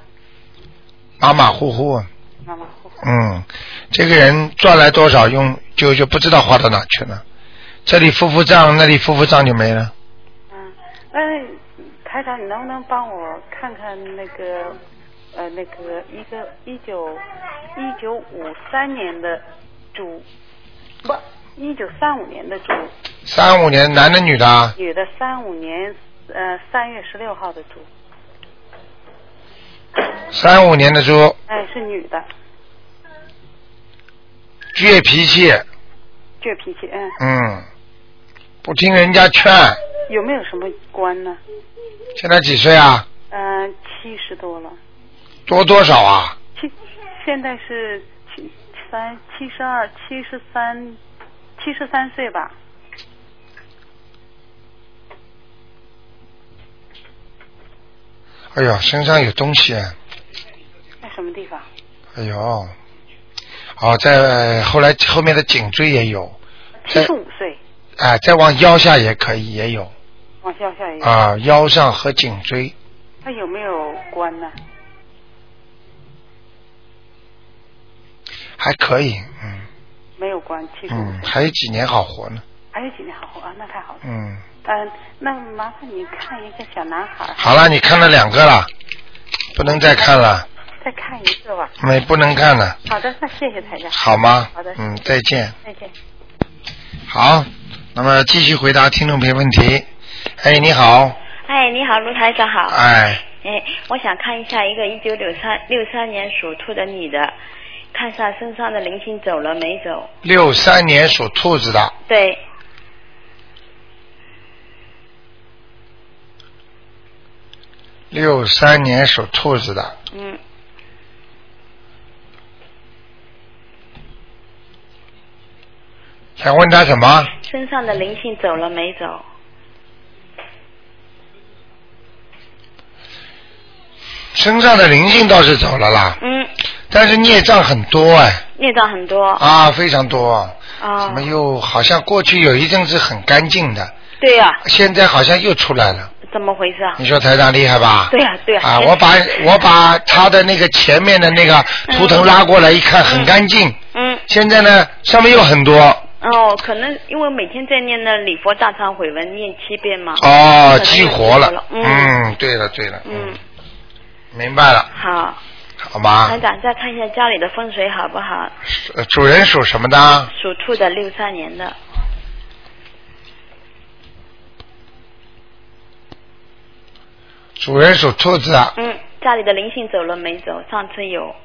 S1: 马马虎虎。啊
S8: 马马虎虎。
S1: 嗯，这个人赚来多少用就就不知道花到哪去了，这里付付账，那里付付账就没了。
S8: 嗯，那台长，你能不能帮我看看那个呃那个一个一九一九五三年的猪，不，一九三五年的猪，
S1: 三五年男的女的啊，
S8: 女的，三五年呃三月十六号的猪，
S1: 三五年的猪，
S8: 哎，是女的，
S1: 倔脾气，
S8: 倔脾气，嗯，
S1: 嗯，不听人家劝。
S8: 有没有什么关呢？
S1: 现在几岁啊？
S8: 嗯、七十多了，
S1: 多多少啊？
S8: 七，现在是七三七十二七十三七十三岁吧，
S1: 哎呦，身上有东西，
S8: 在什么地方？
S1: 哎呦，哦，在后来后面的颈椎也有，
S8: 七十五岁，
S1: 哎，再往腰下也可以也有
S8: 往下下一个。
S1: 啊，腰上和颈椎
S8: 他有没有关呢？
S1: 还可以，嗯
S8: 没有关，七十五
S1: 嗯，还有几年好活呢，
S8: 还有几年好活啊？那太好了。
S1: 嗯。
S8: 嗯，那麻烦你看一个小男孩，
S1: 好了，你看了两个了，不能再看了，
S8: 再看一个吧。
S1: 没不能看了，
S8: 好的，那谢谢台长。
S1: 好吗？
S8: 好的，
S1: 嗯，再见。
S8: 再见。
S1: 好，那么继续回答听众朋友问题。哎，你好，
S9: 哎，你好，卢台长好。
S1: 哎，
S9: 哎，我想看一下一个一九六三六三年属兔的女的，看上身上的灵性走了没走？
S1: 六三年属兔子的，
S9: 对，
S1: 六三年属兔子的，
S9: 嗯，
S1: 想问他什么？
S9: 身上的灵性走了没走？
S1: 身上的灵性倒是走了啦，
S9: 嗯，
S1: 但是孽障很多哎，
S9: 孽障很多。
S1: 啊，非常多。
S9: 啊
S1: 怎么又好像过去有一阵子很干净的，
S9: 对呀、
S1: 现在好像又出来了？
S9: 怎么回事啊？
S1: 你说台长厉害吧？
S9: 对呀、对呀、哎
S1: 啊，我把我把他的那个前面的那个图腾拉过来一看，很干净。
S9: 嗯
S1: 现在呢，上面有很多
S9: 哦，可能因为每天在念那礼佛大忏悔文念七遍嘛。可能
S1: 哦
S9: 又，
S1: 激活了。
S9: 嗯
S1: 嗯，对了对了，
S9: 嗯，
S1: 明白了，
S9: 好，
S1: 啊好吗
S9: 台？长再看一下家里的风水好不好？
S1: 呃主人属什么的？啊
S9: 属兔的六三年的。
S1: 主人属兔子啊，
S9: 嗯，家里的灵性走了没走？上次有，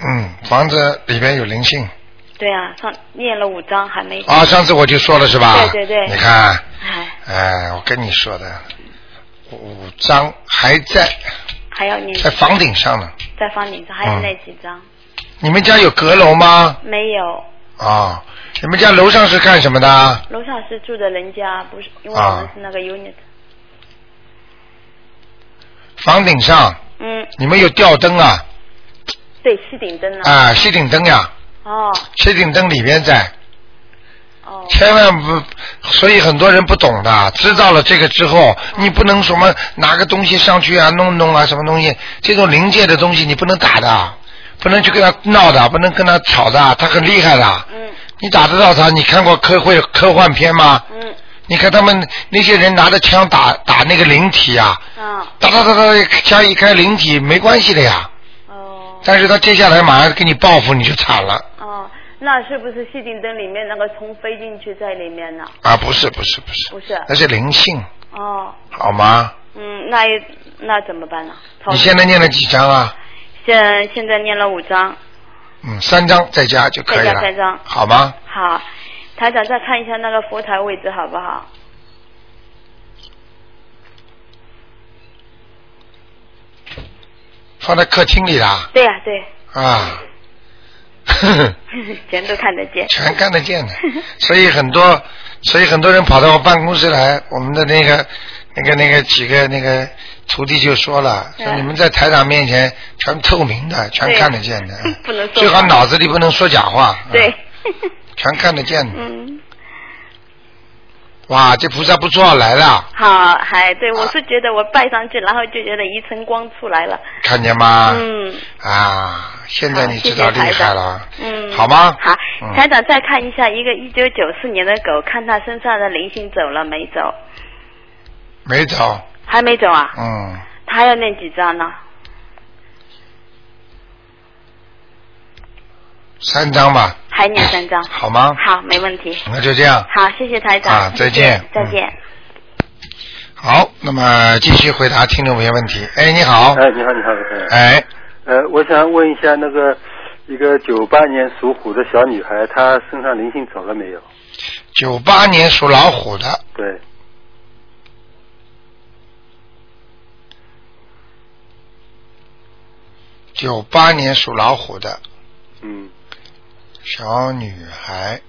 S1: 嗯，房子里边有灵性
S9: 对啊，上念了五张还没。
S1: 啊。上次我就说了是吧？
S9: 对对对
S1: 你看，
S9: 哎，
S1: 哎，我跟你说的，五张还在
S9: 还要念，
S1: 在房顶嗯上呢。
S9: 再放顶上还有那几张、
S1: 你们家有阁楼吗？
S9: 没有。
S1: 啊，你们家楼上是干什么的？
S9: 楼上是住的人家，不是因为
S1: 啊
S9: 我们是那个 unit。
S1: 房顶上，
S9: 嗯，
S1: 你们有吊灯啊？
S9: 啊对，吸顶灯呢。
S1: 啊，吸顶灯呀、
S9: 哦
S1: 吸顶灯里边在，千万不，所以很多人不懂的，知道了这个之后，你不能什么拿个东西上去啊，弄弄啊，什么东西，这种灵界的东西你不能打的，不能去跟他闹的，不能跟他吵的，他很厉害的。嗯。你打得到他？你看过科幻科幻片吗？嗯。你看他们那些人拿着枪打打那个灵体啊，
S10: 嗯，
S1: 打打打打，枪一开灵体没关系的呀。哦。但是他接下来马上给你报复，你就惨了
S10: 哦，那是不是戏顶灯里面那个虫飞进去在里面呢？
S1: 啊！不是不是不是，
S10: 不是。
S1: 那是灵性，
S10: 哦，
S1: 好吗？
S10: 嗯，那也那怎么办
S9: 啊
S10: 呢？
S1: 你现在念了几张啊？
S10: 现现在念了五张，
S1: 嗯，三张在家就可
S10: 再
S1: 以
S10: 加
S1: 了，
S10: 三张。
S1: 好吗？
S10: 好，台长再看一下那个佛台位置好不好？
S1: 放在客厅里啦，
S10: 对呀、对，
S1: 啊， 呵呵
S10: 全都看得见。
S1: 全看得 见的。所以很多，所以很多人跑到我办公室来，我们的那个、那个、那个几个那个徒弟就说了，
S10: 嗯
S1: 说
S10: 啊
S1: 你们在台长面前全透明的，全看得见的，
S10: 不能说
S1: 最好
S10: 话
S1: 脑子里不能说假话，啊
S10: 对，
S1: 全看得见的。
S10: 嗯，
S1: 哇，这菩萨不错来了，
S10: 好，还对我是觉得我拜上去，然后就觉得一层光出来了。
S1: 看见吗？
S10: 嗯
S1: 啊，现在你
S10: 好谢
S1: 知
S10: 谢
S1: 道厉
S10: 台
S1: 害
S10: 长
S1: 了，
S10: 嗯，
S1: 好吗？
S10: 好，
S1: 嗯
S10: 台长再看一下一个一九九四年的狗，看它身上的灵性走了没走？
S1: 没走，
S10: 还没走啊？
S1: 嗯，
S10: 它要念几张呢？
S1: 三张吧，
S10: 还念三张。
S1: 好吗？
S10: 好，没问题。
S1: 那就这样。
S10: 好，谢谢台长。
S1: 嗯啊再见
S10: 再见。
S1: 好，那么继续回答听众朋友问题。哎，你好，
S11: 哎，你好，你好，你好。
S1: 哎，
S11: 呃，我想问一下那个一个九八年属虎的小女孩，她身上灵性走了没有？
S1: 九八年属老虎的，
S11: 对，
S1: 九八年属老虎的
S11: 嗯，
S1: 小女孩，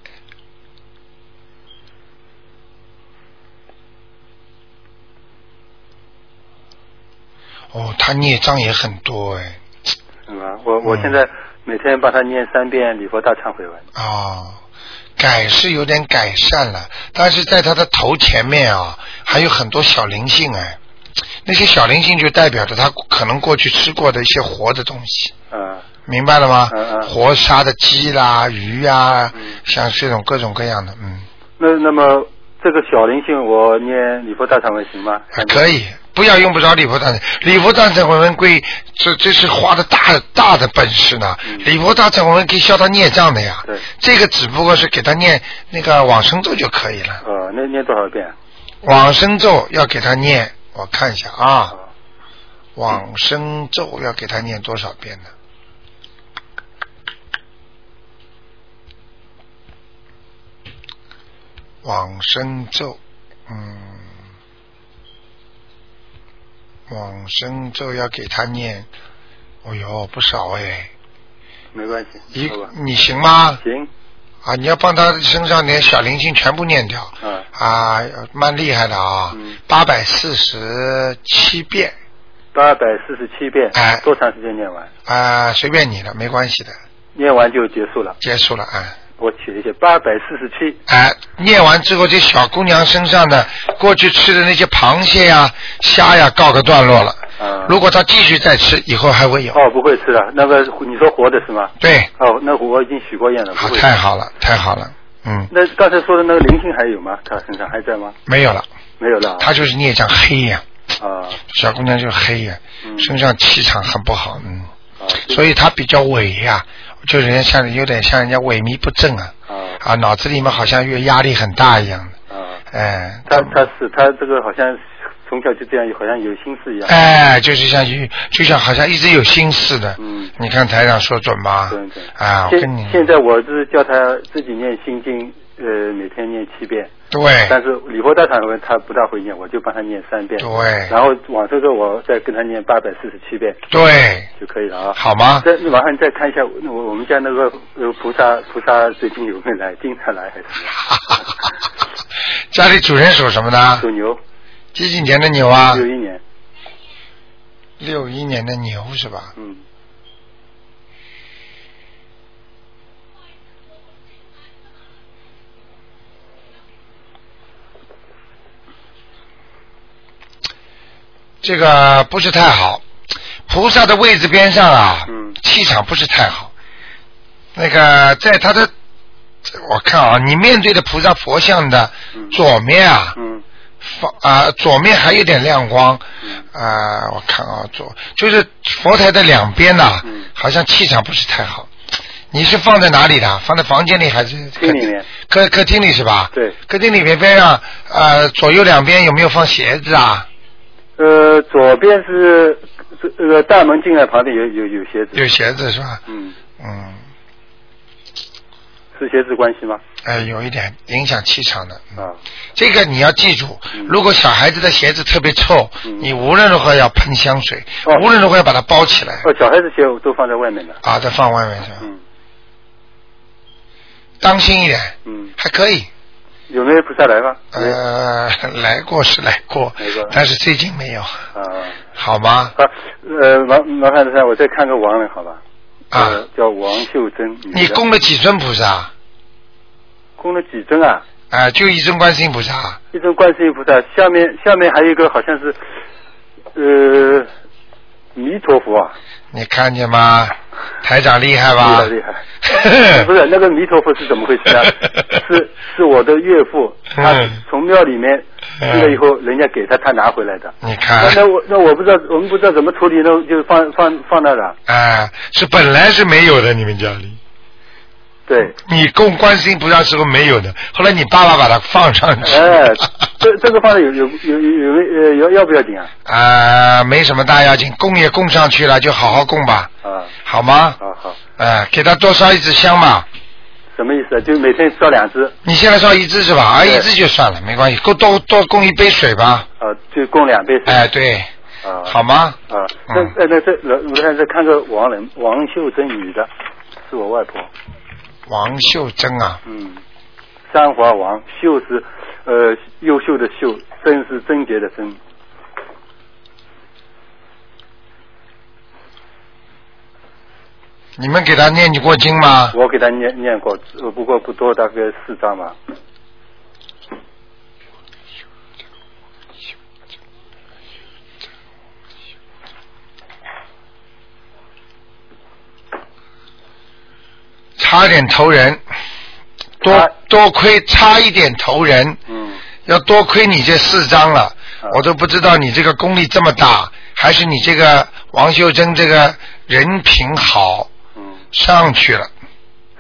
S1: 哦，她孽障也很多哎，
S11: 是吗？
S1: 嗯
S11: 我我现在每天帮她念三遍礼佛大忏悔文。
S1: 哦，改是有点改善了，但是在他的头前面啊，还有很多小灵性哎，那些小灵性就代表着他可能过去吃过的一些活的东西，
S11: 嗯
S1: 明白了吗？
S11: 嗯嗯嗯
S1: 活杀的鸡啦、鱼啊，像这种各种各样的，嗯，
S11: 那那么这个小灵性我念礼佛大忏悔行吗？
S1: 还可以。不要用不着礼佛大忏，礼佛大忏悔文归这这是花的大大的本事呢。礼佛大忏悔文可以消他孽障的呀。这个只不过是给他念那个往生咒就可以了。
S11: 呃，那念多少遍？
S1: 往生咒要给他念，我看一下啊，往生咒要给他念多少遍呢？往生咒，嗯，往生咒要给他念，哦呦，不少哎，
S11: 没关系，
S1: 一
S11: 好吧
S1: 你行吗？
S11: 行，
S1: 啊，你要帮他身上连小灵性全部念掉，
S11: 嗯，
S1: 啊，蛮厉害的啊，八百四十七遍
S11: 八百四十七遍，
S1: 哎
S11: 多长时间念完？
S1: 啊，随便你了，没关系的，
S11: 念完就结束了。
S1: 结束了啊。
S11: 我取了一些八百四十七，
S1: 哎，念完之后，这小姑娘身上的过去吃的那些螃蟹呀、虾呀，告个段落了。
S11: 嗯
S1: 如果她继续再吃，以后还会有。
S11: 哦，不会吃的，那个你说活的是吗？
S1: 对，
S11: 哦，那我已经许过愿了，不会。
S1: 太好了，太好了，嗯，
S11: 那刚才说的那个灵性还有吗？他身上还在吗？
S1: 没有了，
S11: 没有了啊。
S1: 她就是孽障黑呀、
S11: 啊，嗯
S1: 小姑娘就是黑呀、身上气场很不好，嗯，
S11: 啊
S1: 所以她比较萎呀、就人家像有点像人家萎靡不振啊，
S11: 啊
S1: 啊，脑子里面好像越压力很大一样的，
S11: 啊！
S1: 哎，
S11: 他他是他这个好像从小就这样，好像有心事一样。
S1: 哎，就是像一就像好像一直有心事的，
S11: 嗯，
S1: 你看台长说准吧？
S11: 对对。
S1: 啊，我跟你
S11: 现现在我是叫他自己念心经，呃，每天念七遍。
S1: 对
S11: 但是礼佛大忏悔文他不大会念，我就帮他念三遍。
S1: 对
S11: 然后往这个我再跟他念八百四十七遍
S1: 对，
S11: 就可以了啊。
S1: 好吗？
S11: 再麻烦你再看一下我我们家那个呃菩萨菩萨最近有没有来？经常来还是？
S1: 家里主人属什么呢？
S11: 属牛。
S1: 几几年的牛啊？
S11: 六一年。
S1: 六一年的牛是吧？
S11: 嗯。
S1: 这个不是太好。菩萨的位置边上啊，
S11: 嗯
S1: 气场不是太好。那个在他的，我看啊，你面对的菩萨佛像的
S11: 嗯
S1: 左面啊，放啊、左面还有点亮光，
S11: 嗯
S1: 啊、我看啊左就是佛台的两边呐、
S11: 嗯
S1: 好像气场不是太好。你是放在哪里的？放在房间里还是客
S11: 厅里面？
S1: 客客厅里是吧？
S11: 对。
S1: 客厅里面边上，呃，左右两边有没有放鞋子啊？
S11: 呃，左边是这这个大门进来旁边有有有鞋子，
S1: 有鞋子是吧？
S11: 嗯，
S1: 嗯，
S11: 是鞋子关系吗？
S1: 哎，有一点影响气场的。啊。这个你要记住，
S11: 嗯
S1: 如果小孩子的鞋子特别臭，你无论如何要喷香水，无论如何要把它包起来
S11: 哦，小孩子鞋我都放在外面的。
S1: 啊，再放外面去。嗯。当心一点。
S11: 嗯。
S1: 还可以。
S11: 有没有菩萨来吗？
S1: 呃， 来过是来过
S11: 来过，
S1: 但是最近没有，
S11: 啊，
S1: 好吗？
S11: 好，呃，麻麻烦一下，我再看个亡人好吧？
S1: 啊
S11: 呃，叫王秀珍。女的
S1: 你供了几尊菩萨？
S11: 供了几尊啊？
S1: 啊，就一尊观世音菩萨。
S11: 一尊观世音菩萨，下面下面还有一个好像是，呃，弥陀佛啊，
S1: 你看见吗？ 台长厉害吧？
S11: 厉害厉害。 不是那个弥陀佛是怎么回 事啊？是是我的岳父，
S1: 嗯
S11: 他从庙里面去了以后，人家给他，他拿回来的。
S1: 你
S11: 那
S1: 看，
S11: 那我那我不知道，我们不知道怎么处理呢，就放放放 那了。
S1: 啊，是本来是没有的，你们家里。
S11: 对。
S1: 你供观世音菩萨时候没有的，后来你爸爸把它放上去。
S11: 哎，这这个放的有有有有有呃要要不要紧啊？
S1: 啊，没什么大要紧，供也供上去了，就好好供吧，
S11: 啊，
S1: 好吗？
S11: 好好，
S1: 啊，给他多烧一支香吧。
S11: 什么意思啊？就每天烧两只，
S1: 你现在烧一支是吧？啊，一支就算了，没关系，够多多供一杯水吧。
S11: 呃，就供两杯水。
S1: 哎，对，
S11: 啊，
S1: 好吗？嗯
S11: 啊，那那那这老我看再看个王人王秀珍女的，是我外婆，
S1: 王秀珍啊，
S11: 嗯，三华王秀是呃优秀的秀，贞是贞洁的贞，
S1: 你们给他念过经吗？
S11: 我给她念念过，呃不过不多，大概四张吧。
S1: 差点投人，多多亏差一点投人，
S11: 嗯，啊
S1: 要多亏你这四张了，我都不知道你这个功力这么大，还是你这个王秀珍这个人品好，
S11: 嗯，
S1: 上去了，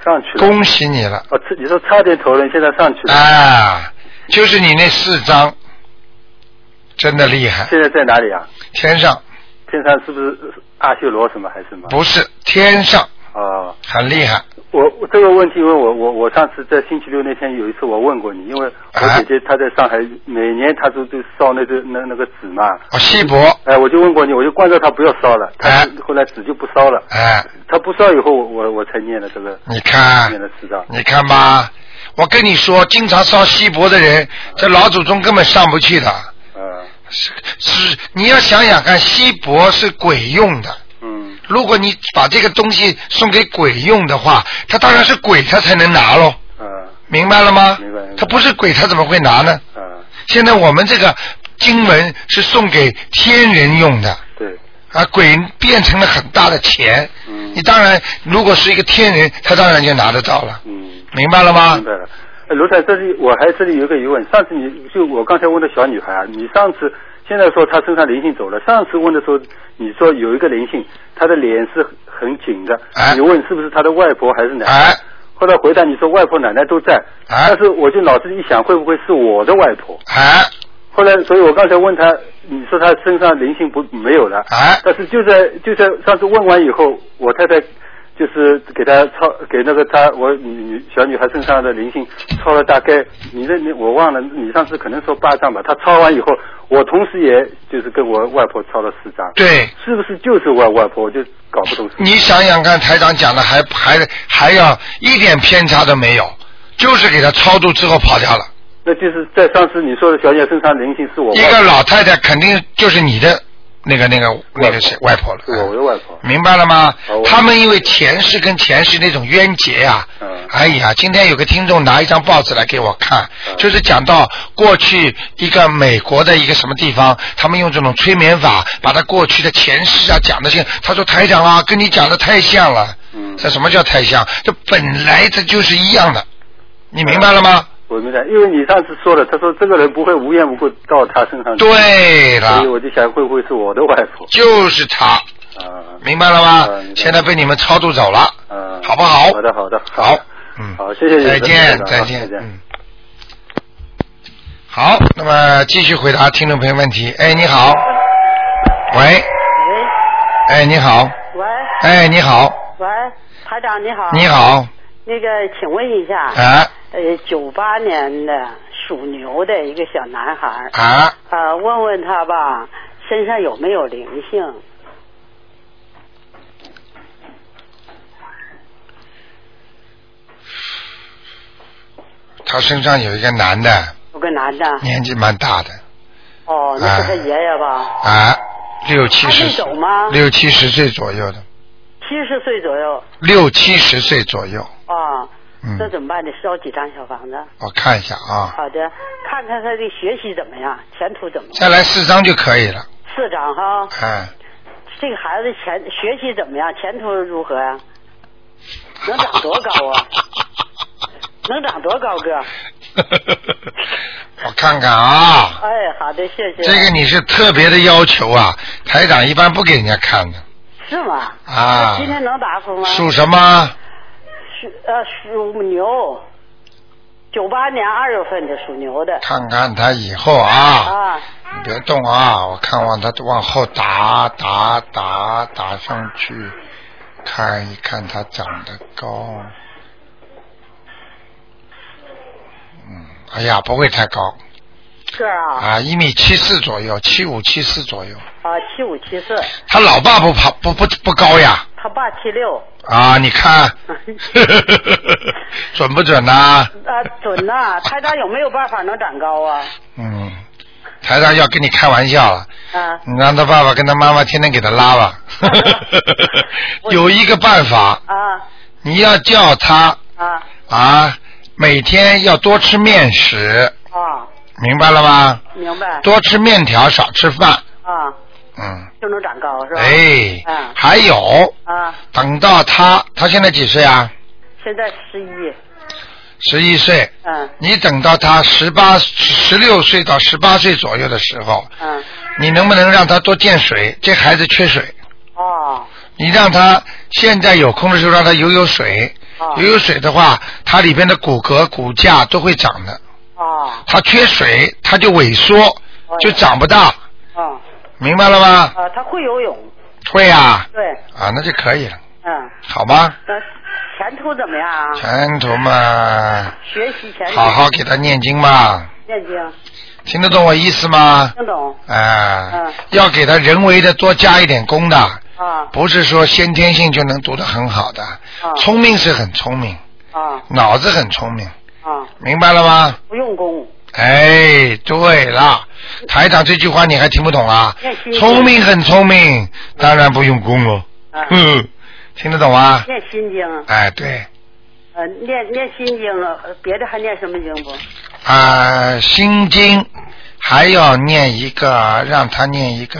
S11: 上去了。
S1: 恭喜你了，
S11: 哦，这你说差点投人，现在上去了。
S1: 啊，就是你那四张，真的厉害，
S11: 现在在哪里啊？
S1: 天上
S11: 天上是不是阿修罗什么还是什么？
S1: 不是天上
S11: 啊、
S1: 很厉害，
S11: 我我这个问题，因为我我我上次在星期六那天有一次我问过你，因为
S1: 啊哎
S11: 我姐姐她在上海，每年她都都烧那个那那个纸嘛。
S1: 哦，锡箔，
S11: 哎，我就问过你，我就关照她不要烧了，她就后来纸就不烧了。
S1: 哎，
S11: 她不烧以后，我我我才念了这个，
S1: 你看
S11: 念了四张。
S1: 你看吧，我跟你说，经常烧锡箔的人，这老祖宗根本上不去的。
S11: 嗯。
S1: 是是，你要想想看，锡箔是鬼用的。
S11: 嗯。
S1: 如果你把这个东西送给鬼用的话，他当然是鬼他才能拿喽。
S11: 嗯。
S1: 明白了吗？
S11: 明白明白
S1: 他不是鬼，他怎么会拿呢？
S11: 嗯。
S1: 现在我们这个经文是送给天人用的。
S11: 对。
S1: 啊，鬼变成了很大的钱。嗯。你当然，如果是一个天人，他当然就拿得到了。
S11: 嗯。
S1: 明白了吗？
S11: 明白了。呃卢台，这里我还这里有一个疑问，上次你就我刚才问的小女孩啊，你上次现在说她身上灵性走了，上次问的时候你说有一个灵性，她的脸是很紧的，
S1: 哎
S11: 你问是不是她的外婆还是奶奶？后来回答你说外婆奶奶都在，但是我就脑子里一想，会不会是我的外婆？
S1: 哎，
S11: 后来，所以我刚才问他，你说他身上灵性不没有了？
S1: 哎，
S11: 但是就在就在上次问完以后，我太太就是给他抄给那个他我女女小女孩身上的灵性抄了大概，你的你我忘了，你上次可能说八张吧，他抄完以后，我同时也就是跟我外婆抄了四张，
S1: 对，
S11: 是不是就是我外婆？我就搞不懂。
S1: 你想想看，台长讲的还还还要一点偏差都没有，就是给他超度之后跑掉了。
S11: 那就是在上次你说的小姐身上灵性是我外
S1: 一
S11: 婆
S1: 个老太太肯定就是你的那个那个那个谁外婆了，
S11: 我的外婆，
S1: 明白了吗
S11: 好我？
S1: 他们因为前世跟前世那种冤结啊，
S11: 嗯
S1: 哎呀，今天有个听众拿一张报纸来给我看，
S11: 嗯
S1: 就是讲到过去一个美国的一个什么地方，他们用这种催眠法把他过去的前世啊讲的这，他说台长啊，跟你讲的太像了。
S11: 嗯
S1: 这什么叫太像？这本来这就是一样的，你明白了吗？
S11: 我明白，因为你上次说了，他说这个人不会无缘无故到他身上去，
S1: 对了
S11: 所以我就想会不会是我的外婆？
S1: 就是他，
S11: 嗯
S1: 明白了吗？现在被你们超度走了，好不好？
S11: 好的，好的，
S1: 好，
S11: 嗯，好，谢谢你，
S1: 再见
S11: 台长
S1: 再
S11: 好
S1: 见嗯
S11: 再见。
S1: 好，那么继续回答听众朋友问题。哎，你好，喂，哎，你好，
S12: 喂，
S1: 哎，你好，
S12: 喂，台长你好，
S1: 你好，
S12: 那个请问一下，
S1: 啊
S12: 呃，九八年的属牛的一个小男孩儿，
S1: 啊，
S12: 呃，问问他吧，身上有没有灵性？
S1: 他身上有一个男的，
S12: 有个男的，
S1: 年纪蛮大的
S12: 哦，那是他爷爷吧？
S1: 啊，六七
S12: 他
S1: 十
S12: 会，走啊吗？
S1: 六七十岁左右的，
S12: 七十岁左右
S1: 六七十岁左右，
S12: 啊，
S1: 嗯
S12: 这怎么办？得烧几张小房子？
S1: 我看一下啊，
S12: 好的，看看他的学习怎么样，前途怎么样？
S1: 再来四张就可以了，
S12: 四张哈，
S1: 哎，
S12: 这个孩子前学习怎么样？前途如何呀、能长多 高啊？能长多高个？
S1: 我看看啊，
S12: 哎，好的，谢谢。
S1: 这个你是特别的要求啊，台长一般不给人家看的
S12: 是吗？
S1: 啊
S12: 今。天能答复吗？
S1: 属什？么？
S12: 属呃属牛，九八年二月份的属牛的。
S1: 看看他以后啊，
S12: 啊，
S1: 你别动啊，我看往他往后打打打打上去，看一看他长得高。嗯，哎呀，不会太高
S12: 个儿啊
S1: 啊，一米七四左右，七五七四左右。
S12: 啊七五七四，
S1: 他老爸不跑不不不高呀
S12: 他爸七 六
S1: 啊，你看 准不准呐、
S12: 啊准呐、台长有没有办法能长高啊？
S1: 嗯，台长要跟你开玩笑了，
S12: 啊，
S1: 你让他爸爸跟他妈妈天天给他拉 吧。有一个办法，
S12: 啊
S1: 你要叫他
S12: 啊
S1: 啊，每天要多吃面食，
S12: 啊，
S1: 明白了吗？
S12: 明白。
S1: 多吃面条，少吃饭。
S12: 啊，
S1: 嗯，
S12: 就能长高是吧？
S1: 哎
S12: 啊，
S1: 还有
S12: 啊，
S1: 等到他，他现在几岁啊？
S12: 现在十一，
S1: 十一岁。
S12: 嗯
S1: 你等到他十八、十六岁到十八岁左右的时候，
S12: 嗯，
S1: 你能不能让他多见水？这孩子缺水。
S12: 哦，
S1: 你让他现在有空的时候让他游游水，
S12: 哦
S1: 游游水的话，它里边的骨骼、骨架都会长的。
S12: 哦，
S1: 他缺水，他就萎缩，就长不大，
S12: 啊，
S1: 明白了吗？
S12: 啊，他会游泳，
S1: 会啊，
S12: 对，
S1: 啊，那就可以了，
S12: 嗯，
S1: 好吗？
S12: 那前途怎么样啊？
S1: 前途嘛，
S12: 学习前途
S1: 好好给他念经嘛，
S12: 念经，
S1: 听得懂我意思吗？
S12: 听懂？
S1: 啊
S12: 嗯，
S1: 要给他人为的多加一点功的，
S12: 啊
S1: 不是说先天性就能读得很好的，聪明是很聪明，
S12: 啊
S1: 脑子很聪明，
S12: 啊，
S1: 明白了吗？
S12: 不用功，
S1: 哎，对了，台长这句话你还听不懂啊
S12: 念心？经
S1: 聪明很聪明，当然不用功了。
S12: 啊
S1: 嗯， 听得懂啊吗？
S12: 念心经，
S1: 哎，对，
S12: 呃，念念心经啊，呃别的还念什么经不？
S1: 啊，心经还要念一个，让他念一个，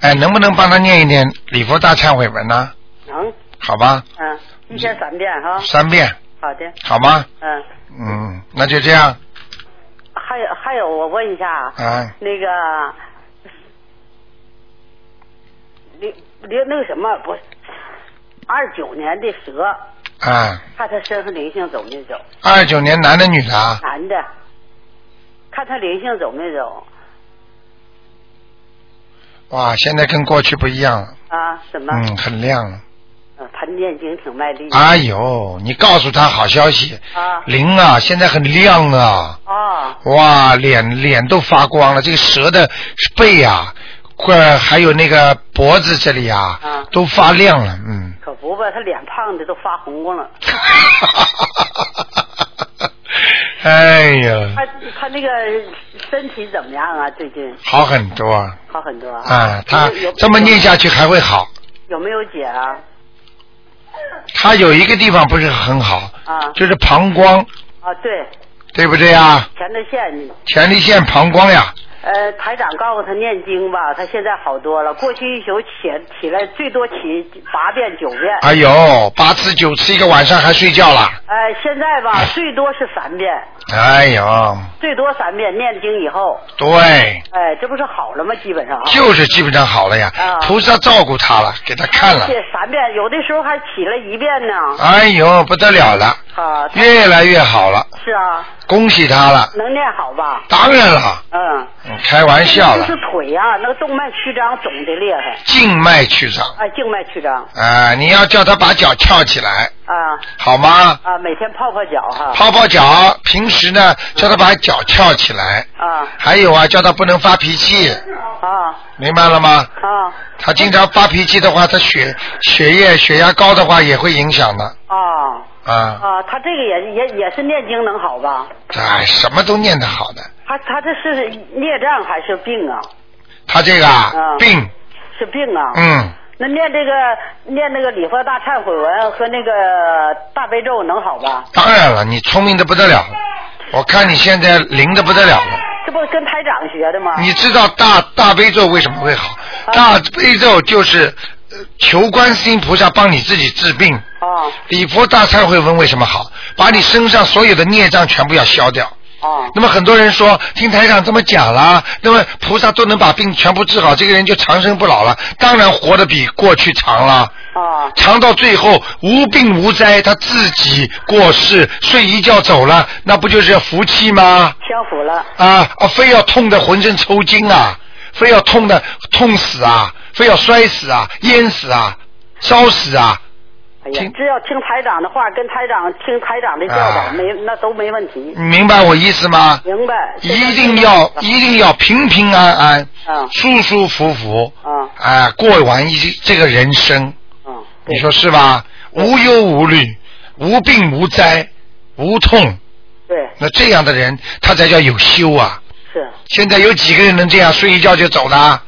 S1: 哎，能不能帮他念一点礼佛大忏悔文呢？
S12: 能，
S1: 好吧，
S12: 嗯，一天三遍哈。
S1: 三遍，
S12: 好的，
S1: 好吗？
S12: 嗯，
S1: 嗯，那就这样，
S12: 还有还有，我问一下啊，
S1: 啊，
S12: 那个零零那个什么不是二九年的蛇，
S1: 啊，
S12: 看他身上灵性走没走？
S1: 二九年男的女的啊？
S12: 男的，看他灵性走没走
S1: 哇，现在跟过去不一样了，
S12: 啊？怎么？
S1: 嗯，很亮了。
S12: 呃他念经挺卖力。
S1: 哎呦，你告诉他好消息，
S12: 嗯啊
S1: 灵啊，现在很亮啊，
S12: 啊
S1: 哇，脸脸都发光了，这个蛇的背啊，快还有那个脖子这里啊，
S12: 啊
S1: 都发亮了，嗯，
S12: 可不吧，他脸胖的都发红光了。
S1: 哎呀，
S12: 他他那个身体怎么样啊？最近
S1: 好很多
S12: 好很多
S1: 啊！他
S12: 有有
S1: 这么念下去还会好。
S12: 有没有解啊？
S1: 他有一个地方不是很好，
S12: 啊
S1: 就是膀胱，
S12: 啊，对，
S1: 对不对啊？
S12: 前列腺，
S1: 前列腺膀胱呀，
S12: 呃，台长告诉他念经吧，他现在好多了。过去一宿起起来最多起八遍九遍，
S1: 哎呦，八次九次一个晚上还睡觉了，
S12: 呃，现在吧最多是三遍，
S1: 哎呦，
S12: 最多三遍念经以后，
S1: 对，
S12: 哎、这不是好了吗？基本上啊
S1: 就是基本上好了呀
S12: 啊，
S1: 菩萨照顾他了，给他看了
S12: 而，且三遍，有的时候还起了一遍呢。
S1: 哎呦，不得了了，
S12: 啊，他
S1: 越来越好了，
S12: 是啊，
S1: 恭喜他了，
S12: 能念好吧？
S1: 当然了，
S12: 嗯，
S1: 嗯开玩笑
S12: 就
S1: 了
S12: 是，腿呀、那个动脉曲张肿的厉害，
S1: 静脉曲张
S12: 哎，静脉曲张
S1: 啊，你要叫他把脚翘起来，
S12: 啊
S1: 好吗？
S12: 啊，每天泡泡脚哈，
S1: 泡泡脚，平时呢叫他把脚翘起来，
S12: 啊
S1: 还有啊叫他不能发脾气，
S12: 啊
S1: 明白了吗？
S12: 啊
S1: 他经常发脾气的话，他血血液血压高的话也会影响的
S12: 啊
S1: 啊。
S12: 啊，他这个也也也是念经能好吧？
S1: 哎，什么都念得好的，
S12: 他他这是孽障还是病啊？
S1: 他这个啊
S12: 嗯
S1: 病，
S12: 是病啊。。
S1: 嗯，
S12: 那念这个念那个礼佛大忏悔文和那个大悲咒能好吧？
S1: 当然了，你聪明的不得了，我看你现在灵的不得了了。
S12: 这不跟台长学的吗？
S1: 你知道大大悲咒为什么会好？大悲咒就是呃求观世音菩萨帮你自己治病。
S12: 哦。
S1: 礼佛大忏悔文为什么好？把你身上所有的孽障全部要消掉。
S12: 哦。
S1: 那么很多人说，听台长这么讲啦，那么菩萨都能把病全部治好，这个人就长生不老了。当然活得比过去长了。
S12: 啊。
S1: 长到最后无病无灾，他自己过世，睡一觉走了，那不就是福气吗？
S12: 相符了。
S1: 啊啊，非要痛得浑身抽筋啊，非要痛的痛死啊，非要摔死啊，淹死啊，烧死啊，
S12: 哎呀，只要听台长的话，跟台长听台长的教导，
S1: 啊
S12: 没那都没问题。
S1: 你明白我意思吗？
S12: 明白。
S1: 一定要一定要平平安安，
S12: 嗯
S1: 舒舒服服，
S12: 嗯
S1: 啊，过完一这个人生，
S12: 嗯，
S1: 你说是吧？无忧无虑，无病无灾，无痛，
S12: 对，
S1: 那这样的人他才叫有修啊！
S12: 是
S1: 现在有几个人能这样睡一觉就走的啊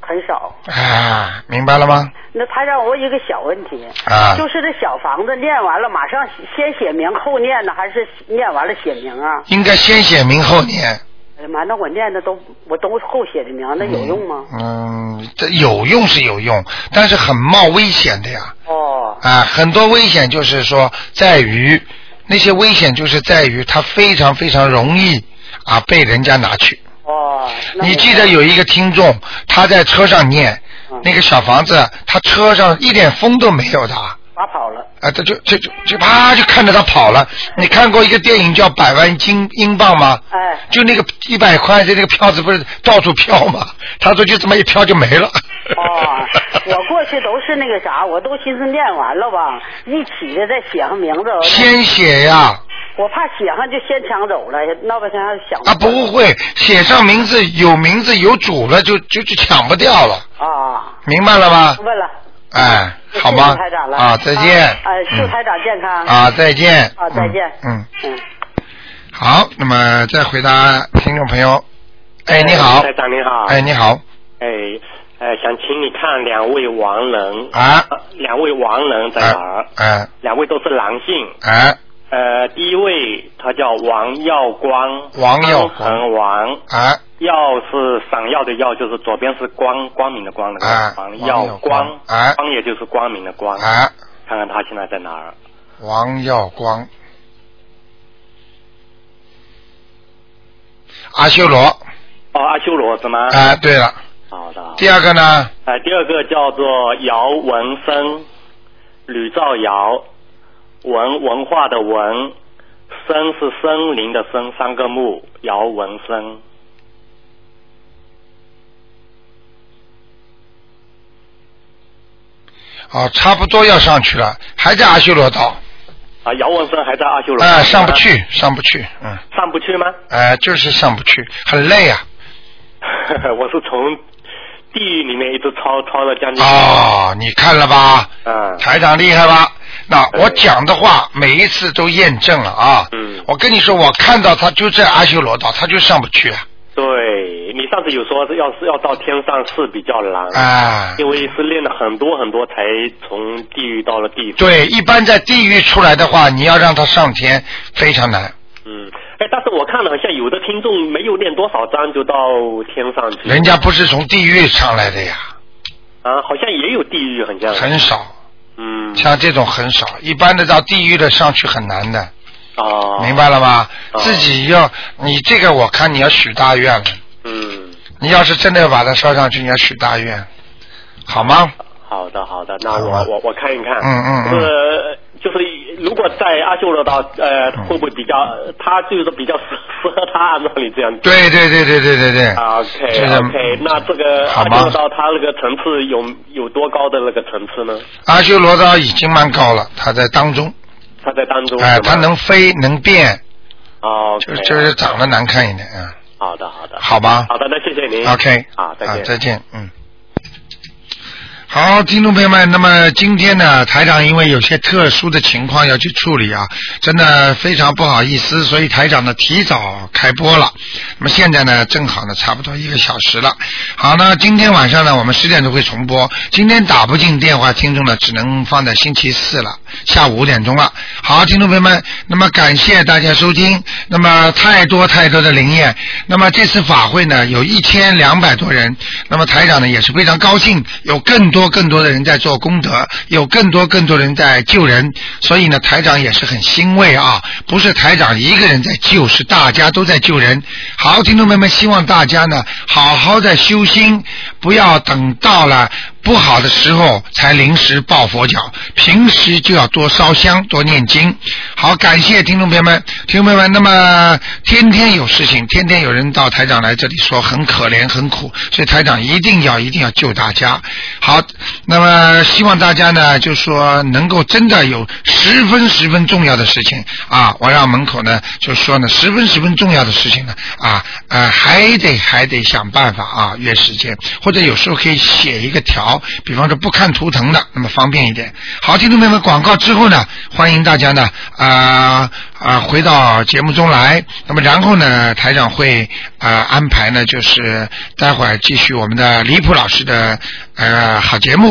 S12: 很少。
S1: 啊？明白了吗？
S12: 那台长，我有一个小问题，
S1: 啊
S12: 就是这小房子念完了，马上先写名后念呢，还是念完了写名啊？
S1: 应该先写明后念。
S12: 哎呀妈，那我念的都我都后写的名，那有用吗？
S1: 嗯，这有用是有用，但是很冒危险的呀。
S12: 哦。
S1: 啊，很多危险就是说在于那些危险就是在于它非常非常容易啊被人家拿去。
S12: 哦，那
S1: 你
S12: 我
S1: 记得有一个听众，他在车上念
S12: 嗯
S1: 那个小房子，他车上一点风都没有的。
S12: 拔跑了。
S1: 啊，他就就就就啪就看着他跑了。你看过一个电影叫《百万金英镑》吗？
S12: 哎，
S1: 就那个一百块的那个票子不是到处飘吗？他说就这么一飘就没了。
S12: 哦，我过去都是那个啥，我都寻思念完了吧，一起的再写上名字。
S1: 先写呀，
S12: 我怕写上就先抢走了，闹半天还想
S1: 啊不会，写上名字有名字有主了就就就抢不掉了，
S12: 啊，
S1: 明白了吗？
S12: 问了，
S1: 哎，
S12: 谢谢
S1: 好吗
S12: 谢台长？了
S1: 啊，再见。
S12: 啊呃，祝
S1: 嗯
S12: 台长健康。
S1: 啊，再见。
S12: 啊，再见。
S1: 嗯。
S12: 嗯。
S1: 好，那么再回答听众朋友。哎，你好
S13: 台。长你好。
S1: 哎，你好。
S13: 哎。呃，想请你看两位亡人
S1: 啊
S13: 呃两位亡人在哪儿？
S1: 哎
S13: 两位都是男性。
S1: 哎
S13: 呃，第一位他叫王耀光，
S1: 王耀光
S13: 光，王，
S1: 哎
S13: 耀是闪耀的耀，就是左边是光光明的光那个
S1: 哎
S13: 王
S1: 耀
S13: 耀光，
S1: 哎
S13: 光也就是光明的光，
S1: 哎，
S13: 看看他现在在哪儿？
S1: 王耀光。阿修罗。
S13: 哦，阿修罗是吗？
S1: 哎，对了。
S13: 好的。
S1: 第二个呢？
S13: 呃，第二个叫做姚文生，吕兆尧，文文化的文，生是森林的森，三个木，姚文生。
S1: 哦，差不多要上去了，还在阿修罗道。
S13: 啊，姚文生还在阿修罗。
S1: 哎，上不去，上不去，嗯，
S13: 上不去吗？
S1: 哎，就是上不去，很累啊。
S13: 我是从地狱里面一直抄抄了将近。
S1: 哦，你看了吧？
S13: 嗯。
S1: 台长厉害吧？那我讲的话每一次都验证了啊。嗯。我跟你说，我看到他就在阿修罗道，他就上不去啊。
S13: 对你上次有说要是要到天上是比较难，
S1: 啊
S13: 因为是练了很多很多才从地狱到了地府。
S1: 对，一般在地狱出来的话，你要让他上天非常难。
S13: 嗯，哎，但是我看了好像有的听众没有练多少章就到天上去，
S1: 人家不是从地狱上来的呀，
S13: 啊，好像也有地狱，好像
S1: 很少。
S13: 嗯。
S1: 像这种很少，一般的到地狱的上去很难的，
S13: 哦，
S1: 明白了吗？自己要你这个，我看你要许大愿了。
S13: 嗯，
S1: 你要是真的要把它烧上去，你要许大愿，好吗？
S13: 好的好的，那
S1: 好
S13: 我
S1: 吧
S13: 我我看一看，
S1: 嗯嗯嗯
S13: 呃，就是如果在阿修罗道，呃，会不会比较，他就是比较适适合他，按照你这样。啊
S1: 对对对对对对对。
S13: OK
S1: 这个
S13: OK，那这个
S1: 好
S13: 阿
S1: 吗
S13: 修罗道他那个层次有有多高的那个层次呢？
S1: 阿修罗道已经蛮高了，他在当中，
S13: 他在当中
S1: 哎、
S13: 是吧
S1: 他能飞能变，
S13: 哦，
S1: 就就是长得难看一点啊。
S13: 好的好的，
S1: 好吧
S13: 好的，那谢谢您。
S1: OK，
S13: 好，再
S1: 啊
S13: 见，
S1: 再见，嗯。好，听众朋友们，那么今天呢，台长因为有些特殊的情况要去处理啊，真的非常不好意思，所以台长呢提早开播了。那么现在呢，正好呢，差不多一个小时了。好，那今天晚上呢，我们十点钟会重播。今天打不进电话，听众呢只能放在星期四了，下午五点钟了。好，听众朋友们，那么感谢大家收听。那么太多太多的灵验，那么这次法会呢，有一千两百多人。那么台长呢也是非常高兴，有更多更多的人在做功德，有更多更多的人在救人，所以呢台长也是很欣慰啊，不是台长一个人在救，是大家都在救人。好，听众朋友们，希望大家呢好好的修心，不要等到了。不好的时候才临时抱佛脚，平时就要多烧香、多念经。好，感谢听众朋友们，听众朋友们，那么天天有事情，天天有人到台长来这里说很可怜、很苦，所以台长一定要一定要救大家。好，那么希望大家呢，就说能够真的有十分十分重要的事情啊，我让门口呢就说呢，十分十分重要的事情呢啊呃还得还得想办法啊约时间，或者有时候可以写一个条，比方说不看图腾的，那么方便一点。好，听众朋友们，广告之后呢，欢迎大家呢啊啊、回到节目中来，那么然后呢台长会啊、呃安排呢就是待会儿继续我们的李普老师的呃好节目。